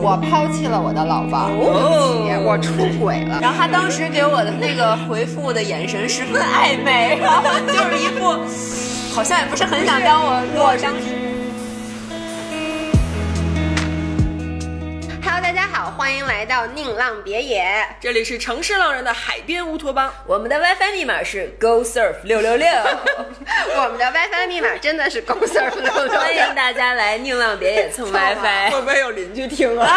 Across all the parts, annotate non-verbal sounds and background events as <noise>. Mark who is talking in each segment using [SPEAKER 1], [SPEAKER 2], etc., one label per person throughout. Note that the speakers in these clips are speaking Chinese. [SPEAKER 1] 我抛弃了我的老王，对不起我出轨了。
[SPEAKER 2] 然后他当时给我的那个回复的眼神十分暧昧，然后就是一副好像也不是很想当我给我当。
[SPEAKER 1] Hello，大家好，欢迎来到宁浪别野，
[SPEAKER 2] 这里是城市浪人的海边乌托邦，我们的 WiFi 密码是 Go Surf 六六六，
[SPEAKER 1] 我们的 WiFi 密码真的是公司六六
[SPEAKER 2] 欢迎大家来宁浪别野蹭 WiFi。
[SPEAKER 3] 会不会有邻居听啊？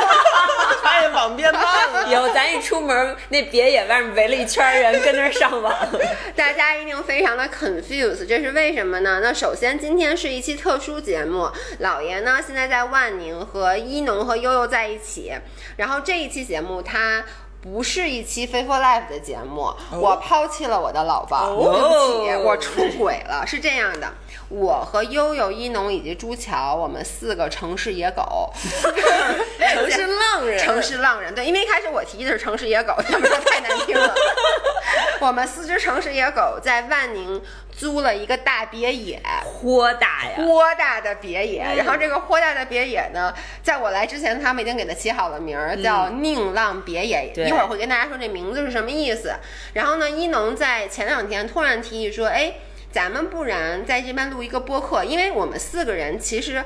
[SPEAKER 3] 发现网
[SPEAKER 2] 啊
[SPEAKER 3] 变慢了。
[SPEAKER 2] 以后咱一出门，那别野外面围了一圈人跟那儿上网。
[SPEAKER 1] 大家一定非常的 confused，这是为什么呢？那首先今天是一期特殊节目，老爷呢现在在万宁和一农和悠悠在一起，然后这一期节目他。不是一期《Faithful Life》的节目
[SPEAKER 2] 哦
[SPEAKER 1] 我抛弃了我的老王对不起，我出轨了。是这样的，我和悠悠、一农以及朱乔，我们四个城市野狗，
[SPEAKER 2] <laughs>
[SPEAKER 1] <laughs>
[SPEAKER 2] 城市浪人，
[SPEAKER 1] 城市浪人，对，因为一开始我提议的是城市野狗，他们说太难听了。 <laughs> 我们四只城市野狗在万宁租了一个大别野，
[SPEAKER 2] 豁大呀！
[SPEAKER 1] 豁大的别野。然后这个豁大的别野呢，在我来之前，他们已经给它起好了名儿，叫宁浪别野。
[SPEAKER 2] 对
[SPEAKER 1] 一会儿会跟大家说这名字是什么意思。然后呢，一农在前两天突然提议说，哎。咱们不然在这边录一个播客，因为我们四个人其实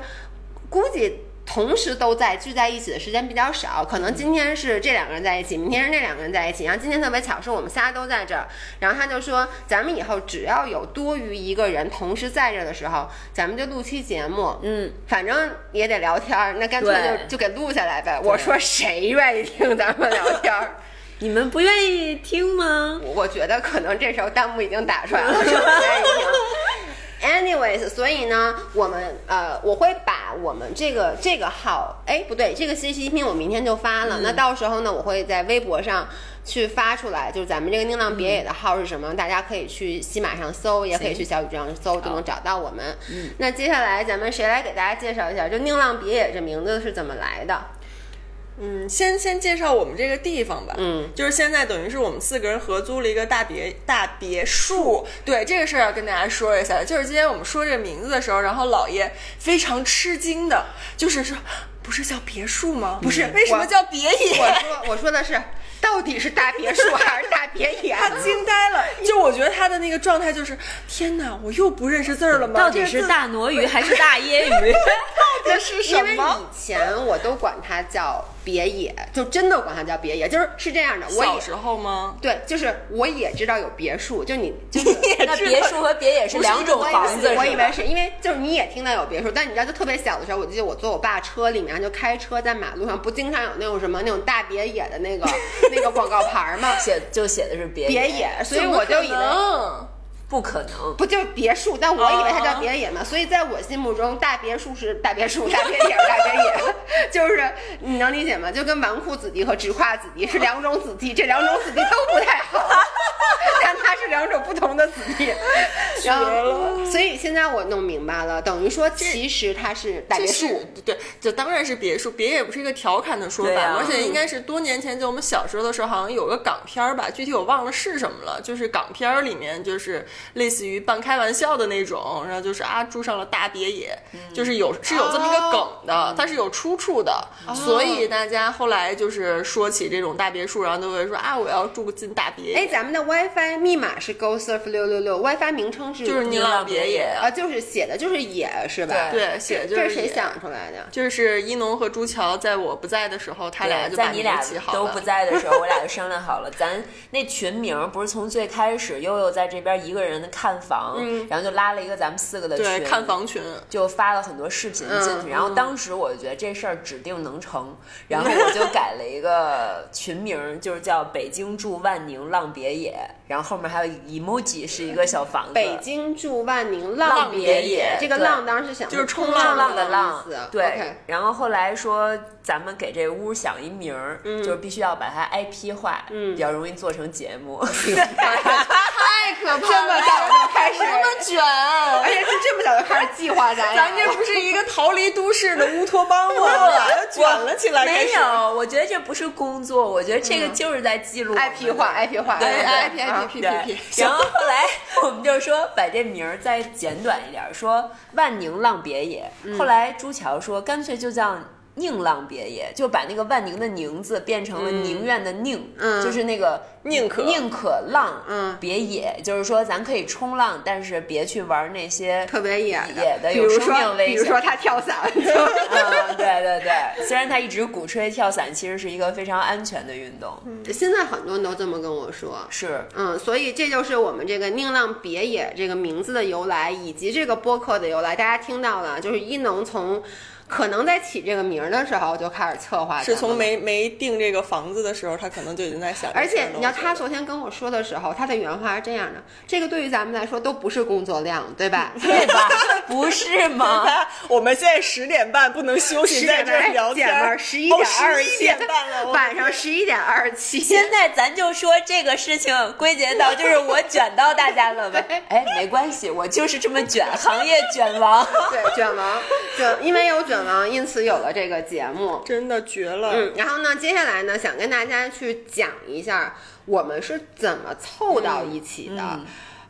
[SPEAKER 1] 估计同时都在聚在一起的时间比较少，可能今天是这两个人在一起，明天是那两个人在一起，然后今天特别巧是我们仨都在这儿，然后他就说咱们以后只要有多余一个人同时在这儿的时候，咱们就录期节目，
[SPEAKER 2] 嗯，
[SPEAKER 1] 反正也得聊天儿，那干脆
[SPEAKER 2] 对
[SPEAKER 1] 就就给录下来呗。我说谁愿意听咱们聊天儿？
[SPEAKER 2] 你们不愿意听吗？
[SPEAKER 1] 我我觉得可能这时候弹幕已经打出来了，说不愿意听。Anyways，所以呢，我们呃，我会把我们这个这个号，哎，不对，这个信息音频我明天就发了。那到时候呢，我会在微博上去发出来，就是咱们这个宁浪别野的号是什么，大家可以去喜马上搜，也可以去小宇宙上搜，都能找到我们。那接下来咱们谁来给大家介绍一下，就宁浪别野这名字是怎么来的？
[SPEAKER 3] 嗯，先先介绍我们这个地方吧。
[SPEAKER 1] 嗯，
[SPEAKER 3] 就是现在等于是我们四个人合租了一个大别大别墅。对这个事儿要跟大家说一下，就是今天我们说这个名字的时候，然后姥爷非常吃惊的，就是说啊不是叫别墅吗？不是，为什么叫别
[SPEAKER 1] 我
[SPEAKER 3] 野？
[SPEAKER 1] 说我说的是，到底是大别墅还是大别野？
[SPEAKER 3] 他惊呆了，就我觉得他的那个状态就是，天哪，我又不认识字儿了吗？
[SPEAKER 2] 到底
[SPEAKER 3] 这个
[SPEAKER 2] 是
[SPEAKER 3] 字
[SPEAKER 2] 大挪鱼还是大椰 <laughs> 鱼？
[SPEAKER 3] 到底是什
[SPEAKER 1] 因为
[SPEAKER 3] 么？
[SPEAKER 1] 以前我都管它叫别野，就真的管它叫别野，就是是这样的，我
[SPEAKER 3] 小
[SPEAKER 1] 也
[SPEAKER 3] 时候吗？
[SPEAKER 1] 对，就是我也知道有别墅，就你就是。
[SPEAKER 2] <laughs> 那别墅和别野是两种房子，
[SPEAKER 1] 我以
[SPEAKER 2] 是吧
[SPEAKER 1] 为是因为就是你也听到有别墅，但你知道，就特别小的时候，我记得我坐我爸车里面，就开车在马路上，不经常有那种什么那种大别野的那个那个广告牌儿吗？
[SPEAKER 2] 写就写的是别
[SPEAKER 1] 别野，所以我就以为
[SPEAKER 3] 嗯，
[SPEAKER 2] 不可能。
[SPEAKER 1] 不就是别墅，但我以为它
[SPEAKER 3] 哦
[SPEAKER 1] 叫别野嘛，所以在我心目中，大别墅是大别墅，大别野是大别野， <laughs> 就是你能理解吗？就跟纨绔子弟和直胯子弟是两种子弟，这两种子弟都不太
[SPEAKER 3] <laughs>
[SPEAKER 1] 好，但它是两种不同的子弟。然后，所以现在我弄明白了，等于说其实它是大别
[SPEAKER 3] 这
[SPEAKER 1] 墅
[SPEAKER 3] 是，对，这当然是别墅，别也不是一个调侃的说法，
[SPEAKER 2] 对啊
[SPEAKER 3] 而且应该是多年前，就我们小时候的时候，好像有个港片儿吧，具体我忘了是什么了，就是港片儿里面就是类似于半开玩笑的那种，然后就是啊住上了大别野，
[SPEAKER 2] 嗯
[SPEAKER 3] 就是有是有这么一个梗的，
[SPEAKER 2] 哦
[SPEAKER 3] 它是有出处的，所以大家后来就是说起这种大别墅，然后都会说啊我要住进大别
[SPEAKER 1] 哎，
[SPEAKER 3] 野，
[SPEAKER 1] 咱们的 WiFi 密码是 Go Surf 六六六，WiFi 名称是
[SPEAKER 3] 就是宁浪别野，
[SPEAKER 1] 啊，就是写的就是野是吧？
[SPEAKER 3] 对，写的就
[SPEAKER 1] 这
[SPEAKER 3] 是
[SPEAKER 1] 是谁
[SPEAKER 3] 野
[SPEAKER 1] 想出来的？
[SPEAKER 3] 就是一农和朱乔，在我不在的时候，他俩
[SPEAKER 2] 对，
[SPEAKER 3] 就把
[SPEAKER 2] 在你俩
[SPEAKER 3] 名字起好
[SPEAKER 2] 都
[SPEAKER 3] 了
[SPEAKER 2] 不在的时候，我俩就商量
[SPEAKER 3] <laughs>
[SPEAKER 2] 好了，咱那群名不是从最开始悠悠在这边一个人看房，
[SPEAKER 1] 嗯
[SPEAKER 2] 然后就拉了一个咱们四个的
[SPEAKER 3] 对
[SPEAKER 2] 群，
[SPEAKER 3] 看房群，
[SPEAKER 2] 就发了很多视频
[SPEAKER 1] 嗯
[SPEAKER 2] 进去，然后当时我就觉得这事儿指定能成，然后我就改了一个群名儿，就是叫“北京住万宁浪别野”，然后后面还有 emoji 是一个小房子，
[SPEAKER 1] 北京驻万宁
[SPEAKER 2] 浪
[SPEAKER 1] 别
[SPEAKER 2] 别野
[SPEAKER 1] 这个
[SPEAKER 2] 对
[SPEAKER 1] 浪当然是想
[SPEAKER 3] 就是冲
[SPEAKER 1] 浪
[SPEAKER 2] 浪
[SPEAKER 1] 的
[SPEAKER 2] 的浪
[SPEAKER 1] 意思，
[SPEAKER 2] 对。
[SPEAKER 1] OK
[SPEAKER 2] 然后后来说，咱们给这屋想一名儿，
[SPEAKER 3] 嗯
[SPEAKER 2] 就是必须要把它 IP 化，比较容易做成节目。
[SPEAKER 3] <laughs>
[SPEAKER 1] 太可怕了，这么早就开始，
[SPEAKER 3] 卷，
[SPEAKER 1] 而且是这么早就开始计划咱
[SPEAKER 3] 咱这不是一个逃离都市的乌托邦 <laughs> 吗？咋就卷了起来？开
[SPEAKER 2] 没
[SPEAKER 3] 始嗯
[SPEAKER 2] 有，我觉得这不是工作，我觉得这个就是在记录我们的
[SPEAKER 1] IP 化 IP 化
[SPEAKER 2] 对对对
[SPEAKER 1] IP
[SPEAKER 3] 啊
[SPEAKER 1] IP
[SPEAKER 3] 屁
[SPEAKER 1] IP
[SPEAKER 3] 屁
[SPEAKER 2] 对
[SPEAKER 3] 屁
[SPEAKER 2] 然后后来我们就说把这名儿再简短一点儿，说万宁浪别野。后来朱乔说，干脆就叫宁浪别野，就把那个万宁的宁字变成了宁愿的宁，
[SPEAKER 1] 嗯
[SPEAKER 2] 就是那个
[SPEAKER 3] 宁可
[SPEAKER 2] 宁可浪，
[SPEAKER 1] 嗯
[SPEAKER 2] 别野，就是说咱可以冲浪，但是别去玩那些
[SPEAKER 1] 特别野
[SPEAKER 2] 野的
[SPEAKER 1] 比
[SPEAKER 2] 有
[SPEAKER 1] 如
[SPEAKER 2] 生命
[SPEAKER 1] 说
[SPEAKER 2] 危
[SPEAKER 1] 比如
[SPEAKER 2] 险
[SPEAKER 1] 说他跳伞，
[SPEAKER 2] 嗯，对对对，虽然他一直鼓吹跳伞其实是一个非常安全的运动，
[SPEAKER 1] 现在很多人都这么跟我说。
[SPEAKER 2] 是
[SPEAKER 1] 嗯，所以这就是我们这个“宁浪别野”这个名字的由来，以及这个播客的由来。大家听到了，就是一农从可能在起这个名儿的时候就开始策划，
[SPEAKER 3] 是从。没没定这个房子的时候，他可能就已经在想这
[SPEAKER 1] 而
[SPEAKER 3] 事儿
[SPEAKER 1] 且
[SPEAKER 3] 了。
[SPEAKER 1] 你知道，他
[SPEAKER 3] 我觉
[SPEAKER 1] 昨天跟我说的时候，他的原话是这样的：这个对于咱们来说都不是工作量，对吧？
[SPEAKER 2] 对吧？不是
[SPEAKER 3] 得
[SPEAKER 2] 吗？
[SPEAKER 3] 他我们现在十点半 <laughs> 不能休息，
[SPEAKER 1] 十
[SPEAKER 3] 在
[SPEAKER 1] 点
[SPEAKER 3] 这儿聊
[SPEAKER 1] 半，姐
[SPEAKER 3] 天
[SPEAKER 1] 们
[SPEAKER 3] 儿，哦
[SPEAKER 1] 儿，十一点二
[SPEAKER 3] 十一点半了，我
[SPEAKER 1] 晚上十一点二十七。
[SPEAKER 2] 现在咱就说这个事情归结到就是
[SPEAKER 3] <laughs>
[SPEAKER 2] 我卷到大家了吧？哎，没关系，我就是这么卷，行业卷王。
[SPEAKER 1] 对卷王，卷因为有卷王，因此有了这个节目。
[SPEAKER 3] 真的绝了。
[SPEAKER 1] 嗯，然后呢，接下来呢，想跟大家去讲一下我们是怎么凑到
[SPEAKER 3] 嗯
[SPEAKER 1] 一起的。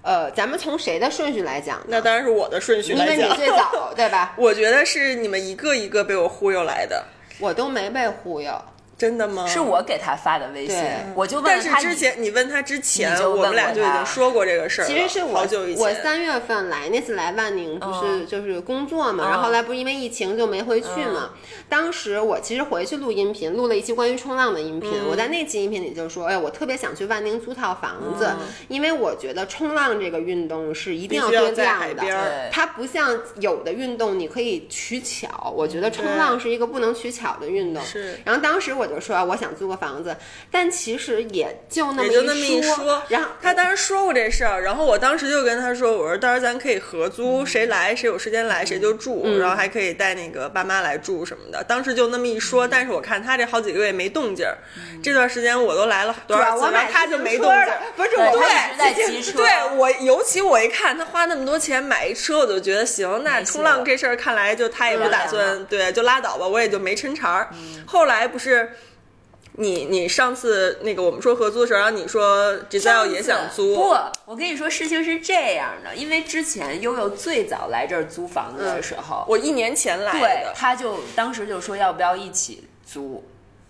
[SPEAKER 1] 呃，咱们从谁的顺序来讲呢？
[SPEAKER 3] 那当然是我的顺序
[SPEAKER 1] 因为
[SPEAKER 3] 来
[SPEAKER 1] 你
[SPEAKER 3] 讲。
[SPEAKER 1] 最
[SPEAKER 3] <laughs>
[SPEAKER 1] 早，对吧？
[SPEAKER 3] 我觉得是你们一个一个被我忽悠来的，
[SPEAKER 1] 我都没被忽悠。
[SPEAKER 3] 真的吗？
[SPEAKER 2] 是我给他发的微信
[SPEAKER 1] 对，
[SPEAKER 2] 我就问
[SPEAKER 3] 但
[SPEAKER 2] 了
[SPEAKER 3] 是
[SPEAKER 2] 他
[SPEAKER 3] 之前你问他之前
[SPEAKER 2] 你，就问
[SPEAKER 3] 我们俩
[SPEAKER 2] 过
[SPEAKER 3] 就已
[SPEAKER 2] 他
[SPEAKER 3] 经说过这个事儿了。
[SPEAKER 1] 其实是我
[SPEAKER 3] 好久以前，嗯
[SPEAKER 1] 我三月份来那次来万宁，不是就是工作嘛，
[SPEAKER 2] 嗯
[SPEAKER 1] 然后后来不是因为疫情就没回去嘛。
[SPEAKER 3] 嗯
[SPEAKER 1] 当时我其实回去录音频，录了一期关于冲浪的音频。
[SPEAKER 3] 嗯
[SPEAKER 1] 我在那期音频里就说，哎，我特别想去万宁租套
[SPEAKER 3] 嗯
[SPEAKER 1] 房子，因为我觉得冲浪这个运动是一定
[SPEAKER 3] 必须要
[SPEAKER 1] 蹲
[SPEAKER 3] 在
[SPEAKER 1] 量
[SPEAKER 3] 海
[SPEAKER 1] 的
[SPEAKER 3] 边，儿
[SPEAKER 2] 对
[SPEAKER 1] 它不像有的运动你可以取巧，我觉得冲
[SPEAKER 3] 嗯对
[SPEAKER 1] 浪是一个不能取巧的运动。
[SPEAKER 3] 是
[SPEAKER 1] 然后当时我就说啊我想租个房子，但其实也就那
[SPEAKER 3] 也就那
[SPEAKER 1] 么
[SPEAKER 3] 么一
[SPEAKER 1] 说
[SPEAKER 3] 说，。
[SPEAKER 1] 然后
[SPEAKER 3] 他当时说过这事儿，然后我当时就跟他说，我说到时候咱可以合租，谁来谁有时间来谁就住，然后还可以带那个爸妈来住什么的。当时就那么一说，但是我看他这好几个月没动静儿，这段时间我都来了多
[SPEAKER 1] 主要
[SPEAKER 3] 少
[SPEAKER 1] 我
[SPEAKER 3] 次，然
[SPEAKER 1] 买
[SPEAKER 3] 后他
[SPEAKER 1] 自
[SPEAKER 3] 就
[SPEAKER 1] 行
[SPEAKER 3] 没
[SPEAKER 1] 车
[SPEAKER 3] 动静
[SPEAKER 1] 了
[SPEAKER 3] 儿。
[SPEAKER 1] 不是
[SPEAKER 2] 对
[SPEAKER 1] 我
[SPEAKER 2] 他
[SPEAKER 1] 买
[SPEAKER 2] 一直在
[SPEAKER 1] 自行
[SPEAKER 2] 骑车
[SPEAKER 3] 对我，尤其我一看他花那么多钱买一车，我就觉得行，那
[SPEAKER 2] 没戏
[SPEAKER 3] 冲浪
[SPEAKER 2] 了
[SPEAKER 3] 这事儿看来就他也不打
[SPEAKER 2] 拉倒
[SPEAKER 3] 算，对，就拉倒吧，我也就没抻茬儿。后来不是。你你上次那个我们说合租的时候，然后你说 Giselle 也想租，
[SPEAKER 2] 不，我跟你说，事情是这样的，因为之前悠悠最早来这儿租房子的时候，
[SPEAKER 3] 嗯我一年前来
[SPEAKER 2] 对
[SPEAKER 3] 的，，
[SPEAKER 2] 他就当时就说要不要一起租，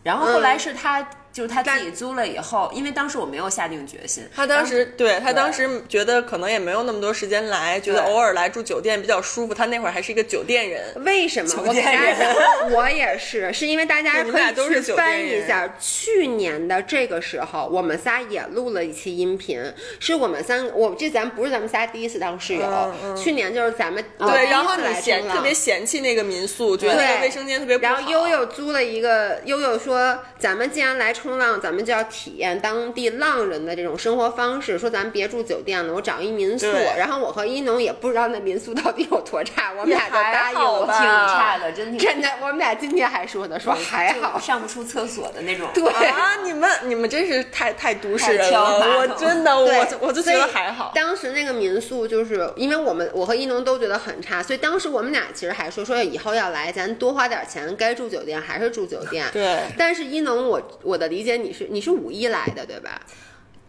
[SPEAKER 2] 然后后
[SPEAKER 3] 嗯
[SPEAKER 2] 来是他、就是他自己租了以后，因为当时我没有下定决心，
[SPEAKER 3] 他当时对他当时觉得可能也没有那么多时间来，觉得偶尔来住酒店比较舒服。他那会儿还是一个酒店人，
[SPEAKER 1] 为什么？我给大
[SPEAKER 2] 店
[SPEAKER 1] 家
[SPEAKER 2] 人
[SPEAKER 1] 讲， <laughs> 我也是，是因为大家
[SPEAKER 3] <laughs> 对你
[SPEAKER 1] 可
[SPEAKER 3] 们俩都
[SPEAKER 1] 以
[SPEAKER 3] 是
[SPEAKER 1] 去
[SPEAKER 3] 酒
[SPEAKER 1] 翻
[SPEAKER 3] 店
[SPEAKER 1] 一
[SPEAKER 3] 人
[SPEAKER 1] 下去年的这个时候，我们仨也录了一期音频，是我们三，我这咱不是咱们仨第一次当室友，
[SPEAKER 3] 嗯嗯
[SPEAKER 1] 去年就是咱们呃第
[SPEAKER 3] 对，
[SPEAKER 1] 一
[SPEAKER 3] 然后
[SPEAKER 1] 次
[SPEAKER 3] 你
[SPEAKER 1] 来
[SPEAKER 3] 嫌
[SPEAKER 1] 冲浪
[SPEAKER 3] 特别嫌弃那个民宿，觉得那
[SPEAKER 1] 对
[SPEAKER 3] 个卫生间特别不好。
[SPEAKER 1] 然后悠悠租了一个，悠悠说：“咱们既然来冲浪，咱们就要体验当地浪人的这种生活方式。说咱别住酒店了，我找一民宿。
[SPEAKER 3] 对
[SPEAKER 1] 然后我和一农也不知道那民宿到底有多差，我们俩就答
[SPEAKER 3] 还
[SPEAKER 1] 应
[SPEAKER 3] 好
[SPEAKER 1] 了。
[SPEAKER 2] 哎挺
[SPEAKER 3] 吧
[SPEAKER 2] 差的，真挺
[SPEAKER 1] <laughs> 真的，我们俩今天还说呢，说还
[SPEAKER 2] 就
[SPEAKER 1] 好。
[SPEAKER 2] 上不出厕所的那种。
[SPEAKER 1] 对，
[SPEAKER 3] 啊，你们你们真是太太都市人
[SPEAKER 2] 挑马
[SPEAKER 3] 了，我
[SPEAKER 2] 桶
[SPEAKER 3] 真的
[SPEAKER 1] 对
[SPEAKER 3] 我就我就觉得
[SPEAKER 1] 所以
[SPEAKER 3] 还好。
[SPEAKER 1] 当时那个民宿就是因为我们我和一农都觉得很差，所以当时我们俩其实还说说以后要来，咱多花点钱，该住酒店还是住酒店。
[SPEAKER 3] 对
[SPEAKER 1] 但是一农，我我的理解你是你是五一来的对吧？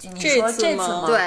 [SPEAKER 2] 你
[SPEAKER 3] 这
[SPEAKER 2] 说
[SPEAKER 3] 次
[SPEAKER 2] 这次
[SPEAKER 3] 吗
[SPEAKER 2] 吗？，
[SPEAKER 1] 对，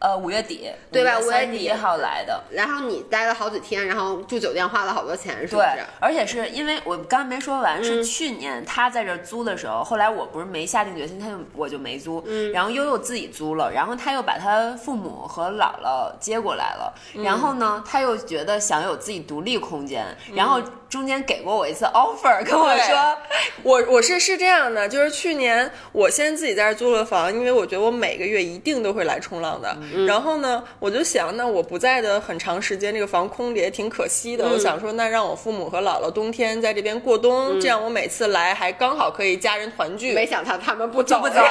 [SPEAKER 2] 呃，五月底，
[SPEAKER 1] 对吧
[SPEAKER 2] 五
[SPEAKER 1] 五月
[SPEAKER 2] 三
[SPEAKER 1] 底
[SPEAKER 2] 十一号来的。
[SPEAKER 1] 然后你待了好几天，然后住酒店花了好多钱，是不
[SPEAKER 2] 对
[SPEAKER 1] 是？，
[SPEAKER 2] 而且是因为我刚没说完，
[SPEAKER 1] 嗯
[SPEAKER 2] 是去年他在这儿租的时候，后来我不是没下定决心，他就我就没租，
[SPEAKER 1] 嗯
[SPEAKER 2] 然后悠悠自己租了，然后他又把他父母和姥姥接过来了，
[SPEAKER 1] 嗯
[SPEAKER 2] 然后呢，他又觉得想有自己独立空间，
[SPEAKER 1] 嗯
[SPEAKER 2] 然后中间给过我一次 offer，跟我
[SPEAKER 3] 对
[SPEAKER 2] 说，
[SPEAKER 3] 我我是是这样的，就是去年我先自己在这儿租了房，因为我觉得我每个月一定都会来冲浪的。然后呢，我就想，那我不在的很长时间，这个房空着也挺可惜的。我想说，那让我父母和姥姥冬天在这边过冬，这样我每次来还刚好可以家人团聚。
[SPEAKER 1] 没想到他们不走
[SPEAKER 2] 不
[SPEAKER 1] 了，
[SPEAKER 2] 走了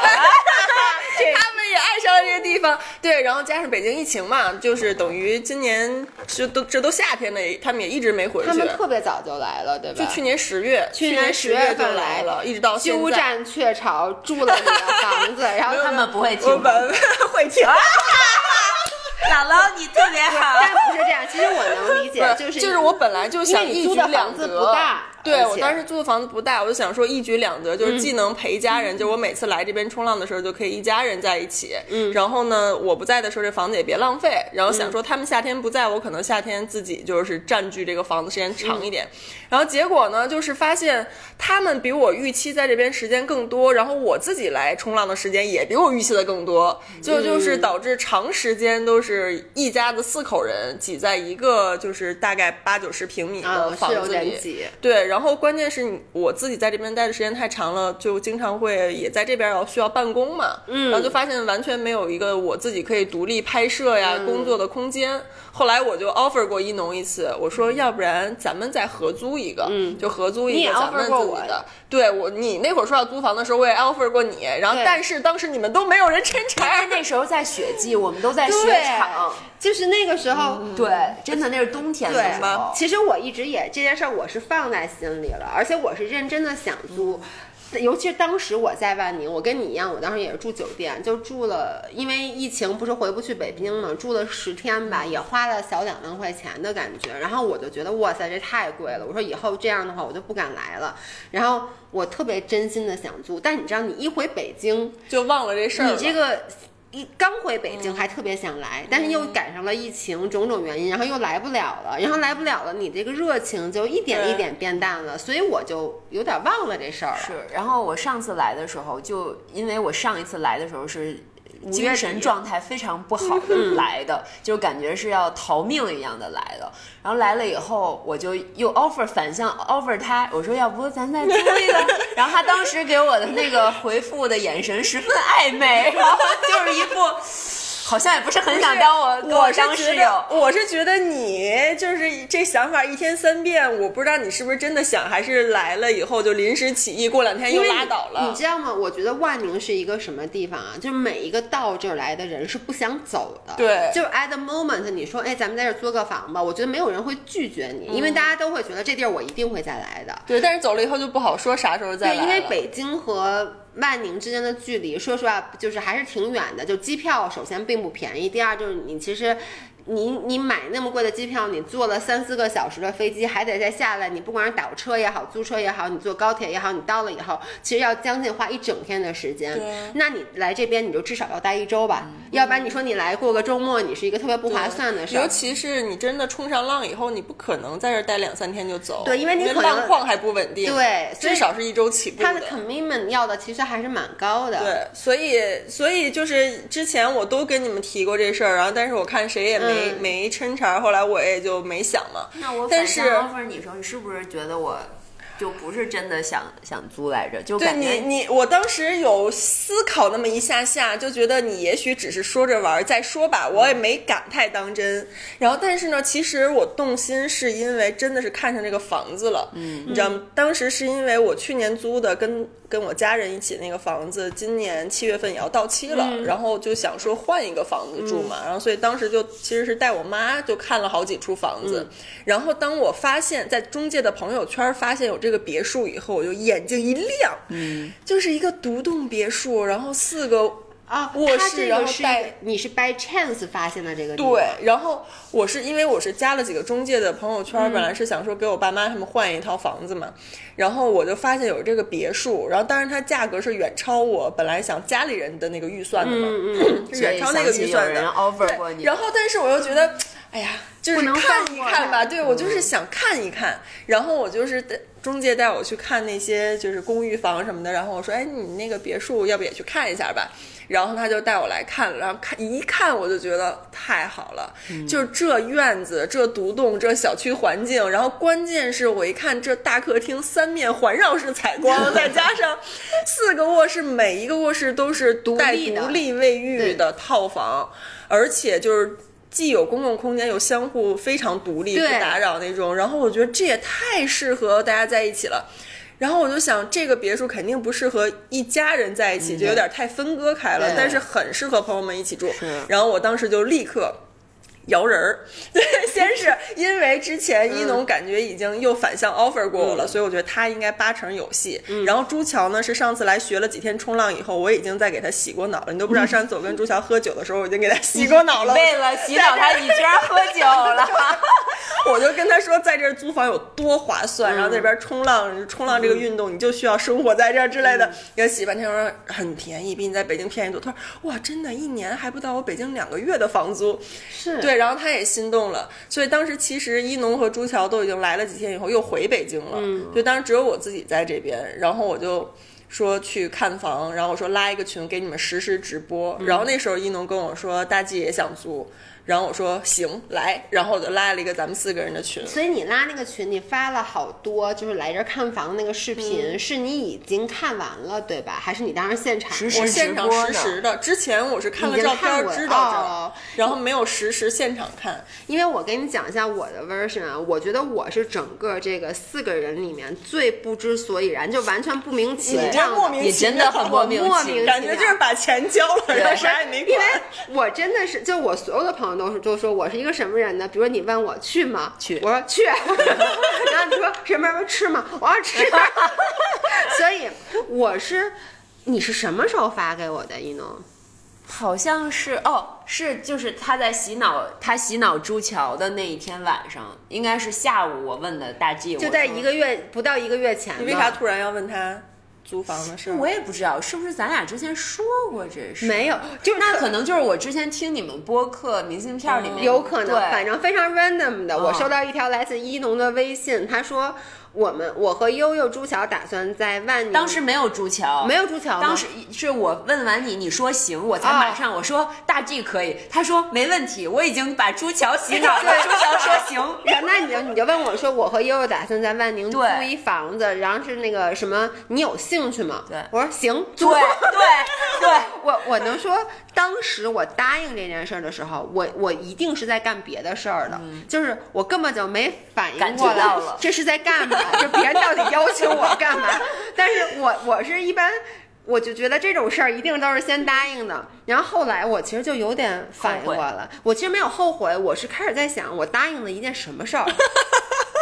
[SPEAKER 3] 他们也爱上了这个地方，对，然后加上北京疫情嘛，就是等于今年这都这都夏天了，他们也一直没回
[SPEAKER 1] <laughs>
[SPEAKER 3] 去。
[SPEAKER 1] 他们特别早就来了，对吧？
[SPEAKER 3] 就去年十月，去
[SPEAKER 1] 年
[SPEAKER 3] 十
[SPEAKER 1] 10月
[SPEAKER 3] 就
[SPEAKER 1] 份来
[SPEAKER 3] 来了，一直到现
[SPEAKER 1] 鸠
[SPEAKER 3] 在。
[SPEAKER 1] 占鹊巢住了你的房
[SPEAKER 3] <laughs>
[SPEAKER 1] 子，然后
[SPEAKER 2] 他
[SPEAKER 1] 他
[SPEAKER 2] 们不会听，
[SPEAKER 3] 我们 <laughs> 会听。
[SPEAKER 2] 姥姥你特别好，
[SPEAKER 1] <laughs> 但不是这样，其实我能理解，
[SPEAKER 3] <laughs> 不
[SPEAKER 1] 就是
[SPEAKER 3] 就是我本来就
[SPEAKER 1] 因
[SPEAKER 3] 想
[SPEAKER 1] 为
[SPEAKER 3] 一
[SPEAKER 1] 你
[SPEAKER 3] 举
[SPEAKER 1] 租的
[SPEAKER 3] 两
[SPEAKER 1] 房子
[SPEAKER 3] 得，
[SPEAKER 1] 不大，
[SPEAKER 3] 对
[SPEAKER 1] 而
[SPEAKER 3] 我
[SPEAKER 1] 且嗯
[SPEAKER 3] 当时租的房子不大，我就想说一举两得，就是既能陪家人，就我每次来这边冲浪的时候就可以一家人在一起。嗯，然后呢，我不在的时候这房子也别浪费。然后
[SPEAKER 1] 嗯
[SPEAKER 3] 想说他们夏天不在，我可能夏天自己就是占据这个房子时间长
[SPEAKER 1] 嗯
[SPEAKER 3] 一点。然后结果呢，就是发现他们比我预期在这边时间更多，然后我自己来冲浪的时间也比我预期的更多，就就是导致长时间都是一家子四口人挤在一个就是大概八九十平米的
[SPEAKER 1] 啊，
[SPEAKER 3] 房
[SPEAKER 1] 是有
[SPEAKER 3] 子里。
[SPEAKER 1] 点挤，
[SPEAKER 3] 对，然后关键是你我自己在这边待的时间太长了，就经常会也在这边要需要办公嘛，嗯，然后就发现完全没有一个我自己可以独立拍摄呀、
[SPEAKER 1] 嗯
[SPEAKER 3] 工作的空间。后来我就 offer 过一农一次，我说要不然咱们再合租一个，嗯，就合租
[SPEAKER 1] 你
[SPEAKER 3] 一
[SPEAKER 1] 也
[SPEAKER 3] 个
[SPEAKER 1] offer
[SPEAKER 3] 咱们自
[SPEAKER 1] 过
[SPEAKER 3] 己
[SPEAKER 1] 我
[SPEAKER 3] 的。对我，你那会儿说要租房的时候，我也 offer 过你，然后
[SPEAKER 1] 对
[SPEAKER 3] 但是当时你们都没有人 <laughs> 抻
[SPEAKER 2] 但
[SPEAKER 3] 柴
[SPEAKER 2] 是。那时候在雪季，我们都在雪
[SPEAKER 1] 对
[SPEAKER 2] 场，
[SPEAKER 1] 就是那个时候。
[SPEAKER 3] 嗯
[SPEAKER 2] 对，真的那是冬天
[SPEAKER 1] 嗯
[SPEAKER 2] 的
[SPEAKER 1] 对
[SPEAKER 2] 时候，
[SPEAKER 1] 其实我一直也这件事儿，我是放在心里了，而且我是认真的想租。尤其是当时我在万宁，我跟你一样，我当时也是住酒店，就住了，因为疫情不是回不去北京嘛，住了十天吧，也花了小两万块钱的感觉。然后我就觉得，哇塞，这太贵了。我说以后这样的话，我就不敢来了。然后我特别真心的想租，但你知道，你一回北京，
[SPEAKER 3] 就忘了这事儿了。嗯
[SPEAKER 1] 你这个一刚回北京还特别想来，但是又赶上了疫情种种原因，然后又来不了了，然后来不了了，你这个热情就一点
[SPEAKER 3] 对
[SPEAKER 1] 一点变淡
[SPEAKER 3] 嗯
[SPEAKER 1] 了，所以我就有点忘了这事儿了。
[SPEAKER 2] 是，然后我上次来的时候，就因为我上一次来的时候是。精
[SPEAKER 1] 月
[SPEAKER 2] 神
[SPEAKER 1] 底嗯
[SPEAKER 2] 状态非常不好的 <laughs> 来的，就感觉是要逃命一样的来的。然后来了以后，我就又 offer 反向 offer 他，我说要不咱再租
[SPEAKER 1] <laughs>
[SPEAKER 2] 一个。然后他当时给我的那个回复的眼神十分暧昧，然后就是一副好像也不是很想
[SPEAKER 1] <laughs>
[SPEAKER 2] 当我跟
[SPEAKER 3] 我是
[SPEAKER 2] 当
[SPEAKER 3] 觉
[SPEAKER 2] 室
[SPEAKER 3] 得
[SPEAKER 2] 友。，
[SPEAKER 3] 我是觉得你就是这想法一天三变，我不知道你是不是真的想，还是来了以后就临时起意，过两天
[SPEAKER 1] 因
[SPEAKER 3] 又
[SPEAKER 1] 为
[SPEAKER 3] 拉倒
[SPEAKER 1] 你，你
[SPEAKER 3] 了。
[SPEAKER 1] 知道吗？我觉得万宁是一个什么地方啊？就是每一个到这儿来的人是不想走的。
[SPEAKER 3] 对
[SPEAKER 1] 就是 at the moment，你说，哎，咱们在这儿租个房吧，我觉得没有人会拒绝你，
[SPEAKER 3] 嗯
[SPEAKER 1] 因为大家都会觉得这地儿我一定会再来的。
[SPEAKER 3] 对，但是走了以后就不好说啥时候再来
[SPEAKER 1] 对，
[SPEAKER 3] 了。
[SPEAKER 1] 因为北京和万宁之间的距离，说实话就是还是挺远的。就机票首先并不便宜，第二就是你其实。你你买那么贵的机票，你坐了三四个小时的飞机，还得再下来。你不管是倒车也好，租车也好，你坐高铁也好，你到了以后，其实要将近花一整天的时间
[SPEAKER 3] 对。嗯
[SPEAKER 1] 那你来这边，你就至少要待一周吧，要不然你说你来过个周末，你是一个特别不划算的事儿。
[SPEAKER 3] 尤其是你真的冲上浪以后，你不可能在这儿待两三天就走。
[SPEAKER 1] 对因为你可能
[SPEAKER 3] 浪况还不稳定。
[SPEAKER 1] 对所以
[SPEAKER 3] 至少是一周起步
[SPEAKER 1] 他的 commitment 要的其实还是蛮高的。
[SPEAKER 3] 对，所以所以就是之前我都跟你们提过这事儿，然后但是我看谁也没、
[SPEAKER 1] 嗯
[SPEAKER 3] 没抻茬儿，后来我也就没想嘛。
[SPEAKER 2] 那我
[SPEAKER 3] 但
[SPEAKER 2] 反
[SPEAKER 3] 是
[SPEAKER 2] 向 offer 你的时候，你是不是觉得我就不是真的想想租来着？就
[SPEAKER 3] 对
[SPEAKER 2] 感觉
[SPEAKER 3] 你，你我当时有思考那么一下下，就觉得你也许只是说着玩儿，再说吧，我也没敢太当真。然后，但是呢，其实我动心是因为真的是看上这个房子了，嗯，你知道吗？当时是因为我去年租的跟跟我家人一起那个房子，今年七月份也要到期了，然后就想说换一个房子住嘛，然后所以当时就其实是带我妈就看了好几处房子，然后当我发现，在中介的朋友圈发现有这个别墅以后，我就眼睛一亮，嗯，就是一个独栋别墅，然后四个
[SPEAKER 1] 啊，
[SPEAKER 3] 卧
[SPEAKER 1] 他
[SPEAKER 3] 室
[SPEAKER 1] 这
[SPEAKER 3] 然
[SPEAKER 1] 个
[SPEAKER 3] 后
[SPEAKER 1] 是
[SPEAKER 3] 带
[SPEAKER 1] 一个你是 by chance 发现的这个地方
[SPEAKER 3] 对，然后我是因为我是加了几个中介的朋友圈，
[SPEAKER 2] 嗯
[SPEAKER 3] 本来是想说给我爸妈他们换一套房子嘛，然后我就发现有这个别墅，然后当然它价格是远超我本来想家里人的那个预算的嘛， <clears throat> 是
[SPEAKER 2] 嗯所
[SPEAKER 3] 远
[SPEAKER 2] 以
[SPEAKER 3] 超那个
[SPEAKER 2] 想起
[SPEAKER 3] 预
[SPEAKER 2] 有
[SPEAKER 3] 算的
[SPEAKER 2] 人。offer 过你，
[SPEAKER 3] 然后，但是我又觉得，哎呀，就是
[SPEAKER 1] 不能
[SPEAKER 3] 看
[SPEAKER 1] 放
[SPEAKER 3] 一
[SPEAKER 1] 过嗯
[SPEAKER 3] 看
[SPEAKER 1] 它
[SPEAKER 3] 吧，对我就是想看一看。然后我就是带中介带我去看那些就是公寓房什么的，然后我说，哎，你那个别墅要不也去看一下吧？然后他就带我来看了，然后看一看我就觉得太好了，
[SPEAKER 1] 嗯
[SPEAKER 3] 就这院子、这独栋、这小区环境，然后关键是我一看这大客厅三面环绕式采光，再加上四个卧室，每一个卧室都是独带
[SPEAKER 1] 立的
[SPEAKER 3] 独立立卫浴的套房，而且就是既有公共空间，有相互非常独立、不
[SPEAKER 1] 对
[SPEAKER 3] 打扰那种。然后我觉得这也太适合大家在一起了。然后我就想，这个别墅肯定不适合一家人在一起，就有点太分割开了
[SPEAKER 1] 嗯对。
[SPEAKER 3] 但是很适合朋友们一起住
[SPEAKER 2] 是。
[SPEAKER 3] 然后我当时就立刻摇人儿，对，先是因为之前一农感觉已经又反向 offer 过我了，所以我觉得他应该八成有戏。然后朱桥呢，是上次来学了几天冲浪以后，我已经在给他洗过脑了。你都不知道，上次我跟朱桥喝酒的时候，我已经给他洗过脑了。
[SPEAKER 2] 为了洗脑他，你居然喝
[SPEAKER 1] <laughs>
[SPEAKER 2] 酒了。 <laughs>
[SPEAKER 3] 我就跟他说，在这儿租房有多划算，然后在这边冲浪，冲浪这个运动你就需要生活在这儿之类的。给他洗半天，我说很便宜，比你在北京便宜多。他说哇，真的，一年还不到我北京两个月的房租。
[SPEAKER 1] 是
[SPEAKER 3] 对，然后他也心动了，所以当时其实一农和朱桥都已经来了几天以后又回北京了，嗯，就当时只有我自己在这边，然后我就说去看房，然后我说拉一个群给你们实时直
[SPEAKER 2] 嗯
[SPEAKER 3] 播，然后那时候一农跟我说大 G 也想租，然后我说行来，然后我就拉了一个咱们四个人的群，
[SPEAKER 1] 所以你拉那个群，你发了好多就是来这儿看房那个视频，
[SPEAKER 3] 嗯
[SPEAKER 1] 是你已经看完了对吧？还是你当时现场？
[SPEAKER 2] 实时
[SPEAKER 3] 我现场
[SPEAKER 2] 直播
[SPEAKER 3] 实
[SPEAKER 2] 呢
[SPEAKER 3] 时的，之前我是看了
[SPEAKER 1] 已经
[SPEAKER 3] 照
[SPEAKER 1] 看
[SPEAKER 3] 片
[SPEAKER 1] 过了
[SPEAKER 3] 知道这儿，
[SPEAKER 1] 哦
[SPEAKER 3] 然后没有实时现场看，
[SPEAKER 1] 因为我跟你讲一下我的 version 啊，我觉得我是整个这个四个人里面最不知所以然，就完全不明其
[SPEAKER 3] 你这
[SPEAKER 1] 妙
[SPEAKER 3] 莫
[SPEAKER 1] 的。
[SPEAKER 3] 名
[SPEAKER 2] 也
[SPEAKER 3] 其
[SPEAKER 2] 真
[SPEAKER 3] 妙
[SPEAKER 2] 的很莫名
[SPEAKER 1] 莫
[SPEAKER 2] 其
[SPEAKER 1] 名
[SPEAKER 2] 妙。
[SPEAKER 3] 感觉就是把钱交了，然后啥也没管，
[SPEAKER 1] 因为哎我真的是，就我所有的朋友都是都说我是一个什么人呢？比如说你问我去吗？
[SPEAKER 2] 去
[SPEAKER 1] 我说
[SPEAKER 3] <laughs>
[SPEAKER 1] 去。然后你说什么时候吃吗？我要
[SPEAKER 3] <laughs>
[SPEAKER 1] 吃。所以我是，你是什么时候发给我的？一农？
[SPEAKER 2] 好像是哦，是就是他在洗脑，他洗脑朱桥的那一天晚上，应该是下午我问的大 G，
[SPEAKER 1] 就
[SPEAKER 2] 我
[SPEAKER 1] 在
[SPEAKER 2] 说
[SPEAKER 1] 一个
[SPEAKER 2] 啊
[SPEAKER 1] 月不到一个月前吧。
[SPEAKER 3] 你为啥突然要问他租房的事儿？
[SPEAKER 2] 我也不知道是不是咱俩之前说过这事，
[SPEAKER 1] 没有？就是
[SPEAKER 2] 那可能就是我之前听你们播客明信片里
[SPEAKER 1] 嗯
[SPEAKER 2] 面、
[SPEAKER 1] 有可能，
[SPEAKER 2] 对
[SPEAKER 1] 反正非常 random 的。我
[SPEAKER 2] 嗯
[SPEAKER 1] 收到一条来自一农的微信，他说我们我和悠悠、朱桥打算在万宁，
[SPEAKER 2] 当时没有朱桥，
[SPEAKER 1] 没有朱桥吗，
[SPEAKER 2] 当时是我问完你，你说行，我才
[SPEAKER 1] 哦
[SPEAKER 2] 马上我说大 G 可以，他说没问题，我已经把朱桥洗脑了，朱桥说行，
[SPEAKER 1] <laughs> 然后那你就你就问我说，我和悠悠打算在万宁租
[SPEAKER 2] 对
[SPEAKER 1] 一房子，然后是那个什么，你有兴趣吗？
[SPEAKER 2] 对
[SPEAKER 1] 我说行，
[SPEAKER 2] 对
[SPEAKER 1] 租。
[SPEAKER 2] <laughs> 对对，
[SPEAKER 1] 我我能说，当时我答应这件事儿的时候，我我一定是在干别的事儿的，就是我根本就没反应
[SPEAKER 2] 嗯感觉
[SPEAKER 1] 过来
[SPEAKER 2] 到了
[SPEAKER 1] 这是在干嘛，就别人到底邀请我干嘛？但是我我是一般。我就觉得这种事儿一定都是先答应的，然后后来我其实就有点反应过来了，我其实没有后悔，我是开始在想我答应了一件什么
[SPEAKER 2] <laughs>
[SPEAKER 1] 事儿，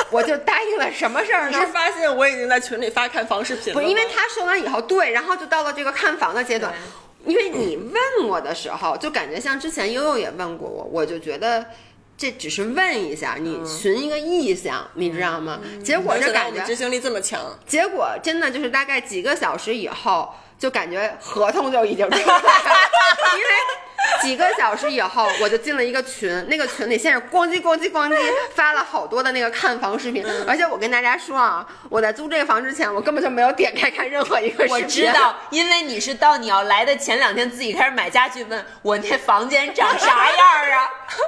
[SPEAKER 1] 我就答应了什么事儿
[SPEAKER 3] 你
[SPEAKER 1] 呢
[SPEAKER 3] 是？发现我已经在群里发看房视频了
[SPEAKER 1] 不
[SPEAKER 3] 吗，
[SPEAKER 1] 是，因为他说完以后，对，然后就到了这个看房的阶段。因为你问我的时候，就感觉像之前悠悠也问过我，我就觉得这只是问一下，你寻一个意向，你知道吗？结果
[SPEAKER 3] 嗯没
[SPEAKER 1] 是
[SPEAKER 3] 想到我
[SPEAKER 1] 感
[SPEAKER 3] 们
[SPEAKER 1] 觉
[SPEAKER 3] 执行力这么强，
[SPEAKER 1] 结果真的就是大概几个小时以后，就感觉合同就已经出来了，因为。几个小时以后，我就进了一个群，那个群里先是咣叽咣叽咣叽发了好多的那个看房视频，
[SPEAKER 2] 嗯
[SPEAKER 1] 而且我跟大家说啊，我在租这个房之前，我根本就没有点开看任何一个视频。
[SPEAKER 2] 我知道，因为你是到你要来的前两天自己开始买家具，问我那房间长啥样儿啊？ <laughs>